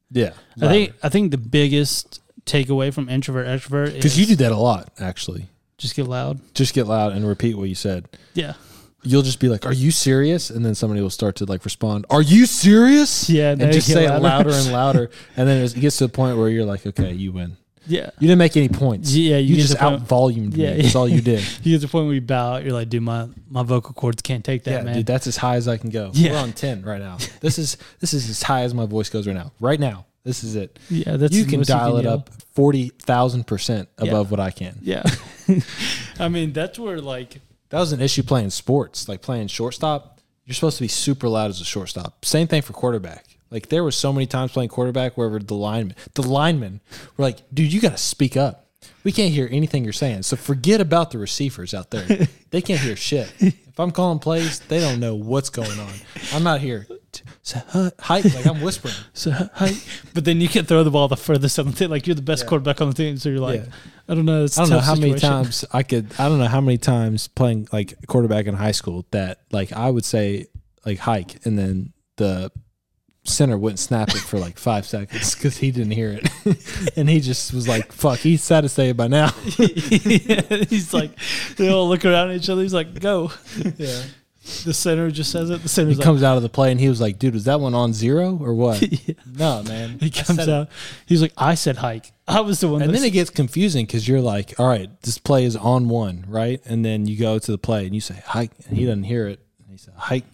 Yeah.
I think I think the biggest takeaway from introvert extrovert
cuz
is
you do that a lot actually.
just get loud.
Just get loud and repeat what you said.
Yeah.
you'll just be like, "Are you serious?" And then somebody will start to like respond, "Are you serious?"
Yeah,
and
they
just
get
say it louder
louder.
and louder, and then it gets to the point where you're like, "Okay, you win."
Yeah.
You didn't make any points.
Yeah, you
you,
get
just
the point-
out volumed
Yeah,
me. That's all you did.
You get to the point where you bow out. You're like, dude, my, my vocal cords can't take that,
yeah,
man.
dude, that's as high as I can go.
Yeah.
We're on ten right now. This is this is as high as my voice goes right now. Right now, this is it.
yeah, that's
you
the
can
most
dial it
yell.
up forty thousand percent
Yeah.
above what I can.
Yeah. I mean, that's where like
That was an issue playing sports, like playing shortstop. You're supposed to be super loud as a shortstop. Same thing for quarterback. Like there were so many times playing quarterback wherever the linemen, the linemen were like, "Dude, you got to speak up. We can't hear anything you're saying." So forget about the receivers out there. they can't hear shit. If I'm calling plays, they don't know what's going on. I'm out here t- s- huh, hype like I'm whispering.
so hi, but then you can throw the ball the furthest on the team. Like you're the best quarterback on the team, so you're like,
Yeah.
I don't know. It's
I
a
don't know
tough
how many
situation.
times I could. I don't know how many times playing like quarterback in high school that like I would say like hike and then the center wouldn't snap it for like five seconds because he didn't hear it and he just was like fuck he's satisfied by now
he's like, they all look around at each other. He's like, go.
yeah
The center just says it. The
he
center's like,
comes out of the play and he was like dude was that one on zero or what no man
he
I
comes
said it.
out. He's like, I said hike. I was the one.
and
that
then it gets confusing because you're like all right this play is on one right and then you go to the play and you say hike and he doesn't hear it and he said hike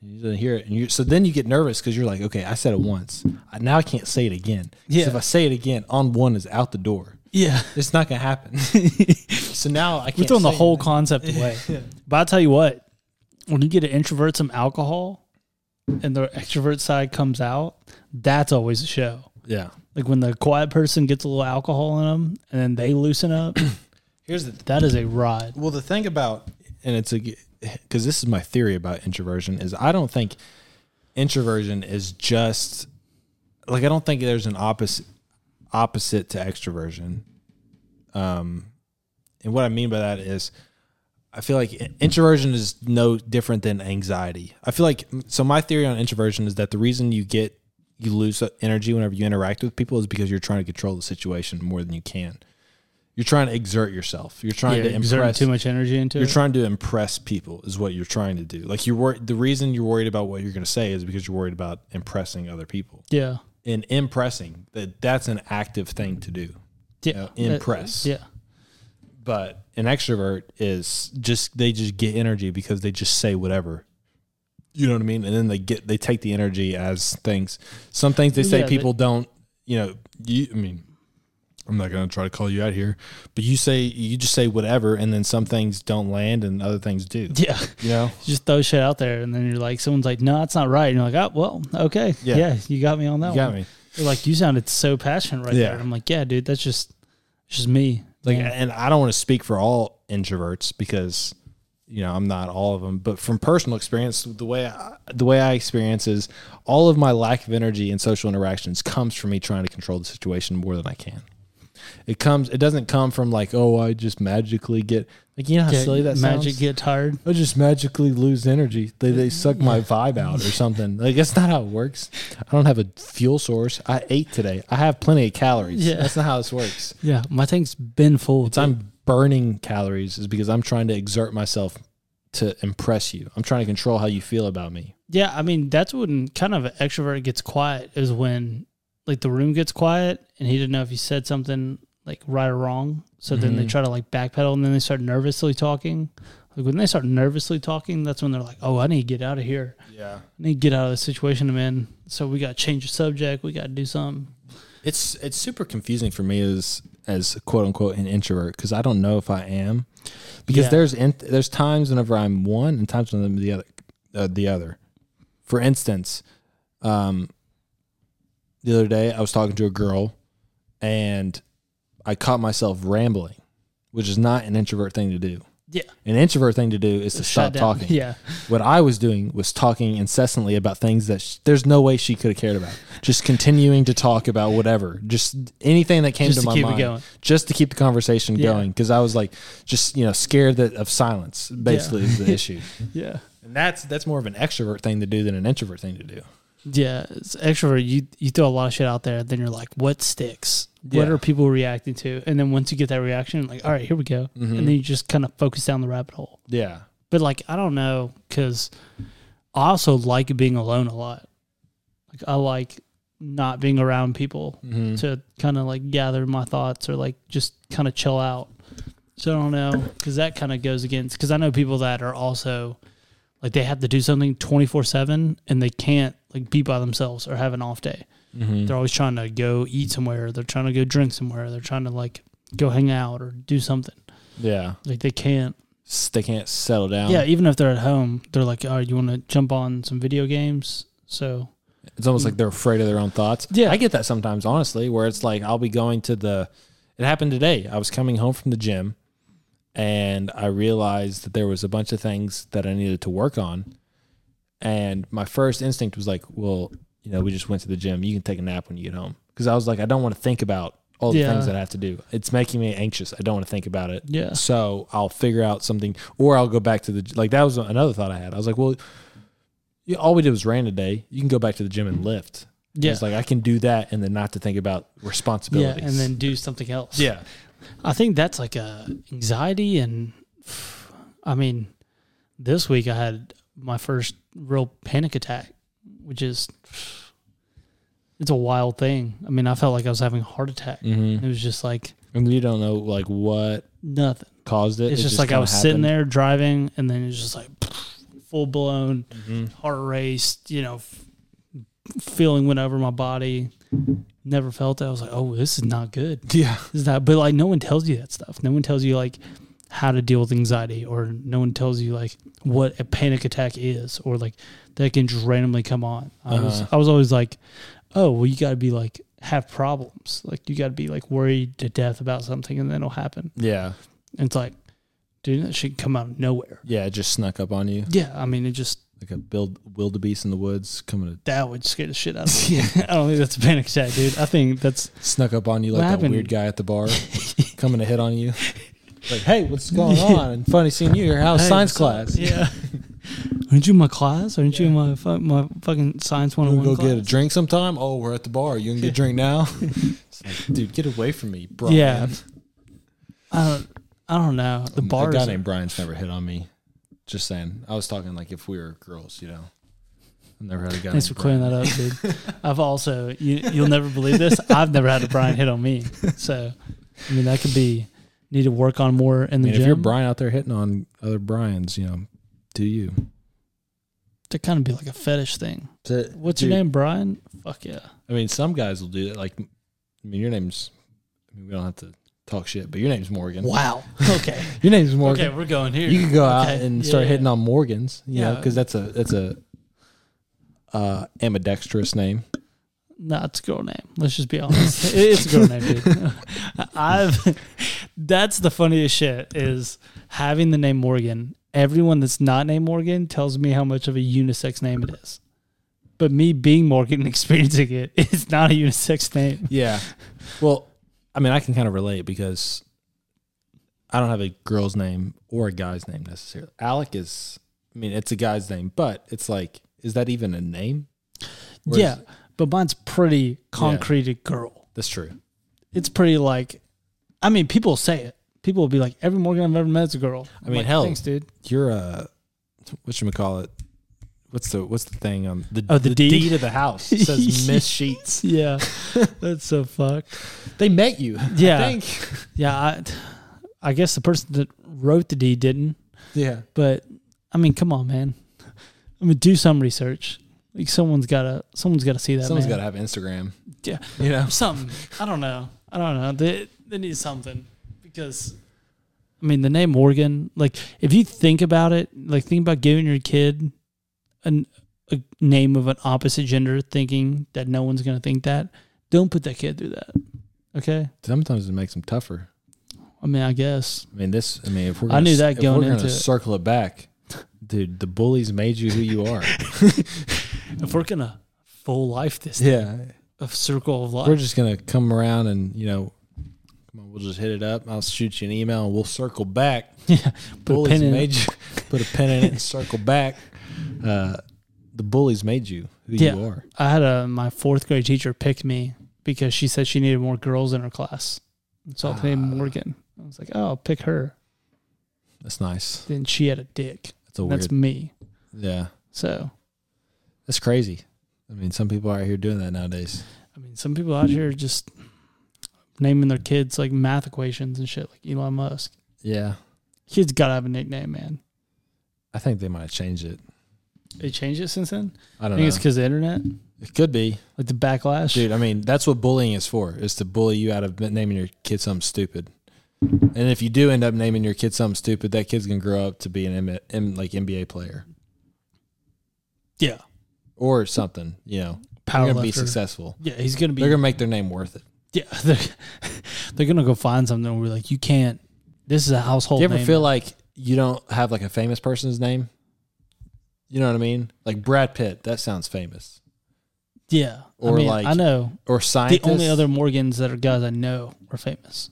and he doesn't hear it and you so then you get nervous because you're like okay i said it once I, now i can't say it again 'Cause
Yeah.
if i say it again on one is out the door
yeah.
it's not gonna happen so now i can't
We're throwing the
say
whole
anything.
concept away. But I tell you what, when you get an introvert some alcohol, and the extrovert side comes out, that's always a show.
yeah
Like when the quiet person gets a little alcohol in them and then they loosen up,
here's the
that is a ride.
Well, the thing about and it's a because this is my theory about introversion is I don't think introversion is just like I don't think there's an opposite opposite to extroversion. Um, and what I mean by that is I feel like i- introversion is no different than anxiety. I feel like so my theory on introversion is that the reason you get you lose energy whenever you interact with people is because you're trying to control the situation more than you can. You're trying to exert yourself. You're trying to
exerting
impress
too much energy into
you're
it.
trying to impress people is what you're trying to do like you wor- the reason you're worried about what you're going to say is because you're worried about impressing other people
yeah.
and impressing that that's an active thing to do
Yeah.
Yeah, impress.
Yeah.
but an extrovert is just they just get energy because they just say whatever you know what i mean and then they get they take the energy as things some things they say
Yeah, they-
people don't you know you i mean i'm not going to try to call you out here but you say you just say whatever and then some things don't land and other things do
Yeah.
you know
Just throw shit out there and then you're like, someone's like, no, that's not right. And you're like, oh, well, okay.
Yeah.
Yeah. you got me on that
you got
one.
me
They're like, you sounded so passionate right
Yeah.
there. I'm like, yeah, dude, that's just, it's just me.
like
Yeah.
and i don't want to speak for all introverts because you know i'm not all of them but from personal experience the way I, the way i experience is all of my lack of energy in social interactions comes from me trying to control the situation more than i can it comes it doesn't come from like oh i just magically get like you know how
Get-
silly that
magic
sounds
get tired.
I just magically lose energy. They, they suck my vibe out or something. Like that's not how it works. I don't have a fuel source. I ate today. I have plenty of calories.
Yeah.
That's not how this works.
Yeah. My tank's been full.
It's I'm burning calories is because I'm trying to exert myself to impress you. I'm trying to control how you feel about me.
Yeah, I mean that's when kind of an extrovert gets quiet is when like the room gets quiet and he didn't know if he said something like right or wrong. So then they
Mhm.
try to like backpedal and then they start nervously talking. Like when they start nervously talking, that's when they're like, "Oh, I need to get out of here.
Yeah.
I need to get out of the situation I'm in. So we got to change the subject. We got to do something."
It's it's super confusing for me as as quote unquote an introvert because I don't know if I am because
Yeah.
there's in, there's times whenever I'm one and times when I'm the other uh, the other. For instance, um, the other day I was talking to a girl and I caught myself rambling, which is not an introvert thing to do.
Yeah,
An introvert thing to do is to stop
Shut down.
talking.
Yeah,
What I was doing was talking incessantly about things that sh- there's no way she could have cared about. Just continuing to talk about whatever, just anything that came
Just
to,
to
my
keep it
mind,
going.
just to keep the conversation
Yeah.
going. Because I was like, just you know, scared that of silence. Basically, is the issue.
yeah,
And that's that's more of an extrovert thing to do than an introvert thing to do.
yeah. It's extrovert, you you throw a lot of shit out there. Then you're like, "What sticks? What
Yeah.
are people reacting to?" And then once you get that reaction, like, "All right, here we go."
Mhm.
and then you just kind of focus down the rabbit hole.
yeah,
But like, I don't know, because I also like being alone a lot. Like, I like not being around people
Mm-hmm.
to kind of like gather my thoughts or like just kind of chill out. So I don't know because that kind of goes against because I know people that are also like they have to do something twenty four seven and they can't like be by themselves or have an off day.
Mm-hmm.
They're always trying to go eat somewhere. They're trying to go drink somewhere. They're trying to like go hang out or do something.
Yeah,
Like they can't.
S- they can't settle down.
Yeah, even if they're at home, they're like, "Oh, you want to jump on some video games?" So
It's almost like they're afraid of their own thoughts.
Yeah.
I get that sometimes, honestly, where it's like I'll be going to the. It happened today. I was coming home from the gym, and I realized that there was a bunch of things that I needed to work on, and my first instinct was like, "Well, you know, we just went to the gym. You can take a nap when you get home." Because I was like, I don't want to think about all the
Yeah.
things that I have to do. It's making me anxious. I don't want to think about it.
yeah,
So I'll figure out something, or I'll go back to the like. That was another thought I had. I was like, well, yeah, all we did was ran today. You can go back to the gym and lift.
yeah,
It's like I can do that, and then not to think about
yeah,
responsibilities.
and then do something else.
yeah,
I think that's like a anxiety and I mean this week I had my first real panic attack which is it's a wild thing. I mean I felt like I was having a heart attack.
mm-hmm.
It was just like
and you don't know like what
nothing.
caused it.
It's
It
just, like I
kinda
was sitting
happened.
there driving and then it's just like full blown
Mhm.
heart race, you know, f- feeling went over my body. Never felt that. I was like, "Oh, this is not good."
Yeah,
is that but like no one tells you that stuff no one tells you like how to deal with anxiety or no one tells you like what a panic attack is or like that can just randomly come on i was
Uh-huh.
i was always like oh well you got to be like have problems like you got to be like worried to death about something and then it'll happen
yeah,
and it's like dude that shit can come out of nowhere
yeah. It just snuck up on you
yeah i mean it just
like a build wildebeest in the woods coming to
that would scare the shit out of me i don't think that's a panic attack dude i think that's
snuck up on you
What
like that
happened?
weird guy at the bar coming to hit on you. Like, hey, what's going on? And funny seeing you. Your house
Hey,
science class.
what's up? yeah aren't you in my class aren't you in my, fu- my fucking science
You wanna
101
go
class?
get a drink sometime? Oh, we're at the bar. You can get a drink now. It's like, dude, get away from me, Brian.
Yeah. I don't, I don't know. The
Um,
bars.
A guy named Brian's never hit on me. Just saying. I was talking like if we were girls, you know. I never had a guy.
thanks for
named
clearing
Brian.
that up, dude. I've also you, you'll never believe this. I've never had a Brian hit on me. So, I mean, that could be need to work on more in
I
the
mean,
gym.
if you're Brian out there hitting on other Brian's, you know, do you?
to kind of be like a fetish thing. What's your name, Brian? Fuck yeah.
I mean, some guys will do that. Like, I mean, your name's. I mean, we don't have to talk shit, but your name's Morgan.
Wow. Okay.
Your name's Morgan.
okay, we're going here.
You could go out
Okay.
and
Yeah,
start
yeah.
hitting on Morgans, you know, 'cause
Yeah.
know, because that's a that's a uh, ambidextrous name.
Nah, it's a girl name. Let's just be honest. It- it's a girl name, dude. I've that's the funniest shit is having the name Morgan. Everyone that's not named Morgan tells me how much of a unisex name it is. But me being Morgan and experiencing it, it's not a unisex name.
Yeah. Well, I mean, I can kind of relate because I don't have a girl's name or a guy's name necessarily. Alec is, I mean, it's a guy's name, but it's like, is that even a name? Or is-
yeah. But mine's pretty concreted girl.
that's true.
It's pretty like I mean, people say it. People will be like, every Morgan I've ever met is a girl.
I
I'm
mean,
like,
hell.
Thanks, dude.
You're a what you call it? What's the what's the thing on the
Oh, the deed?
deed of the house says Miss Sheets.
Yeah. that's so fucked.
They met you. I
Yeah.
think.
Yeah, I, I guess the person that wrote the deed didn't,
Yeah.
but I mean, come on, man. I mean, do some research. Like someone's gotta, someone's gotta see that.
Someone's got
man.
to have Instagram.
Yeah.
You know.
something. I don't know. I don't know. They they need something because, I mean, the name Morgan. Like, if you think about it, like think about giving your kid an, a name of an opposite gender, thinking that no one's gonna think that. Don't put that kid through that. Okay.
Sometimes it makes them tougher.
I mean, I guess.
I mean, this. I mean, if we're
I knew that
if
going
we're gonna
into it.
circle it back, dude. The bullies made you who you are.
If we're gonna full life this
yeah,
a circle of life.
we're just gonna come around and you know, come on, we'll just hit it up. I'll shoot you an email and we'll circle back.
yeah, put a
bullies
pin in
made
it.
you. Put a pin in it and circle back. Uh, the bullies made you who
Yeah.
you are.
I had a my fourth grade teacher pick me because she said she needed more girls in her class. So I
Ah.
named Morgan. I was like, oh, I'll pick her.
That's nice.
Then she had a dick.
That's a weird.
That's me.
yeah,
So
that's crazy. I mean, some people are out here doing that nowadays.
I mean, some people out here are just naming their kids like math equations and shit, like Elon Musk.
Yeah,
Kids gotta have a nickname, man.
I think they might have changed it.
They changed it since then.
I
I,
don't
think
know.
it's because the internet,
It could be,
like the backlash.
dude. I mean, that's what bullying is for: is to bully you out of naming your kid something stupid. And if you do end up naming your kid something stupid, that kid's gonna grow up to be an M- M- like NBA player
Yeah,
or something. You know,
power
they're gonna be
lifter.
successful.
Yeah, he's gonna be.
They're gonna make their name worth it.
yeah, they're, they're gonna go find something where like you can't. This is a household.
Do you ever
name.
feel like you don't have like a famous person's name? You know what I mean? Like Brad Pitt, that sounds famous.
Yeah,
or
I mean,
like
I know
Or
the
scientist.
only other Morgans that are guys I know are famous.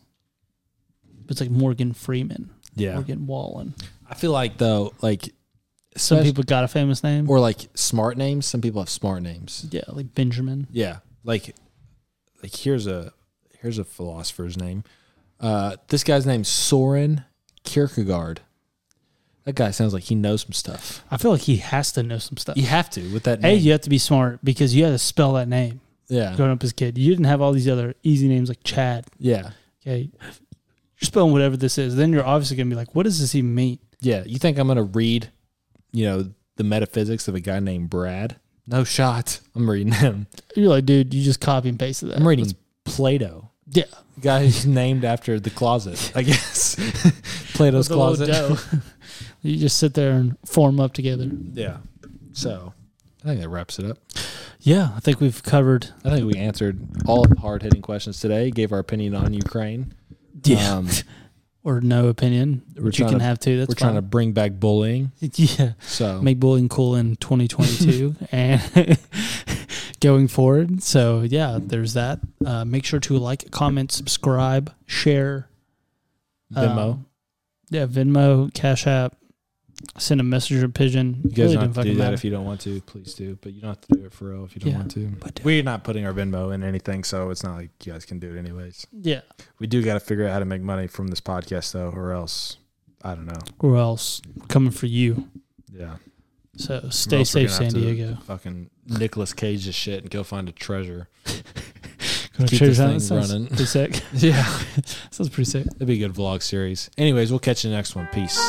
It's like Morgan Freeman,
yeah.
Morgan Wallen.
I feel like though, like
Some
Espec-
people got a famous name.
or like smart names. Some people have smart names.
yeah, like Benjamin.
Yeah, like like here's a here's a philosopher's name. Uh, this guy's name's Soren Kierkegaard. That guy sounds like he knows some stuff.
I feel like he has to know some stuff.
You have to with that
Hey,
name.
you have to be smart because you had to spell that name
yeah,
growing up as a kid. You didn't have all these other easy names like Chad.
yeah,
Okay. You're spelling whatever this is. Then you're obviously going to be like, what does this even mean?
yeah. You think I'm gonna read, you know, the metaphysics of a guy named Brad? No shot. I'm reading him.
You're like, dude, you just copy and pasted that.
I'm reading Plato.
Yeah.
Guy who's named after the closet, I guess. Plato's
With the little
closet.
dough. you just sit there and form up together.
Yeah. So I think that wraps it up.
Yeah. I think we've covered.
I think we answered all of the hard hitting questions today, gave our opinion on Ukraine. Um,
or no opinion,
We're
which you
trying
can
to-
have too. That's
we're trying to bring back bullying.
yeah,
So
make bullying cool in 2022 and going forward. So yeah, there's that. Uh, make sure to like, comment, subscribe, share.
Venmo.
um, yeah, Venmo, Cash App. Send a messenger pigeon.
you guys
Really
don't have
didn't
to do
fucking
that
matter.
if you don't want to. Please do. But you don't have to do it for real if you don't
Yeah.
want to.
But-
We're not putting our Venmo in anything, so it's not like you guys can do it anyways.
yeah,
We do got to figure out how to make money from this podcast, though, or else I don't know.
or else we're coming for you.
Yeah.
So stay
else we're
safe,
gonna
San
have to
Diego.
Fucking Nicolas Cage's shit and go find a treasure.
Gonna
keep
check
this
it out.
thing
That sounds
running.
Pretty sick.
Yeah.
Sounds pretty sick.
That'd be a good vlog series. Anyways, we'll catch you next one. Peace.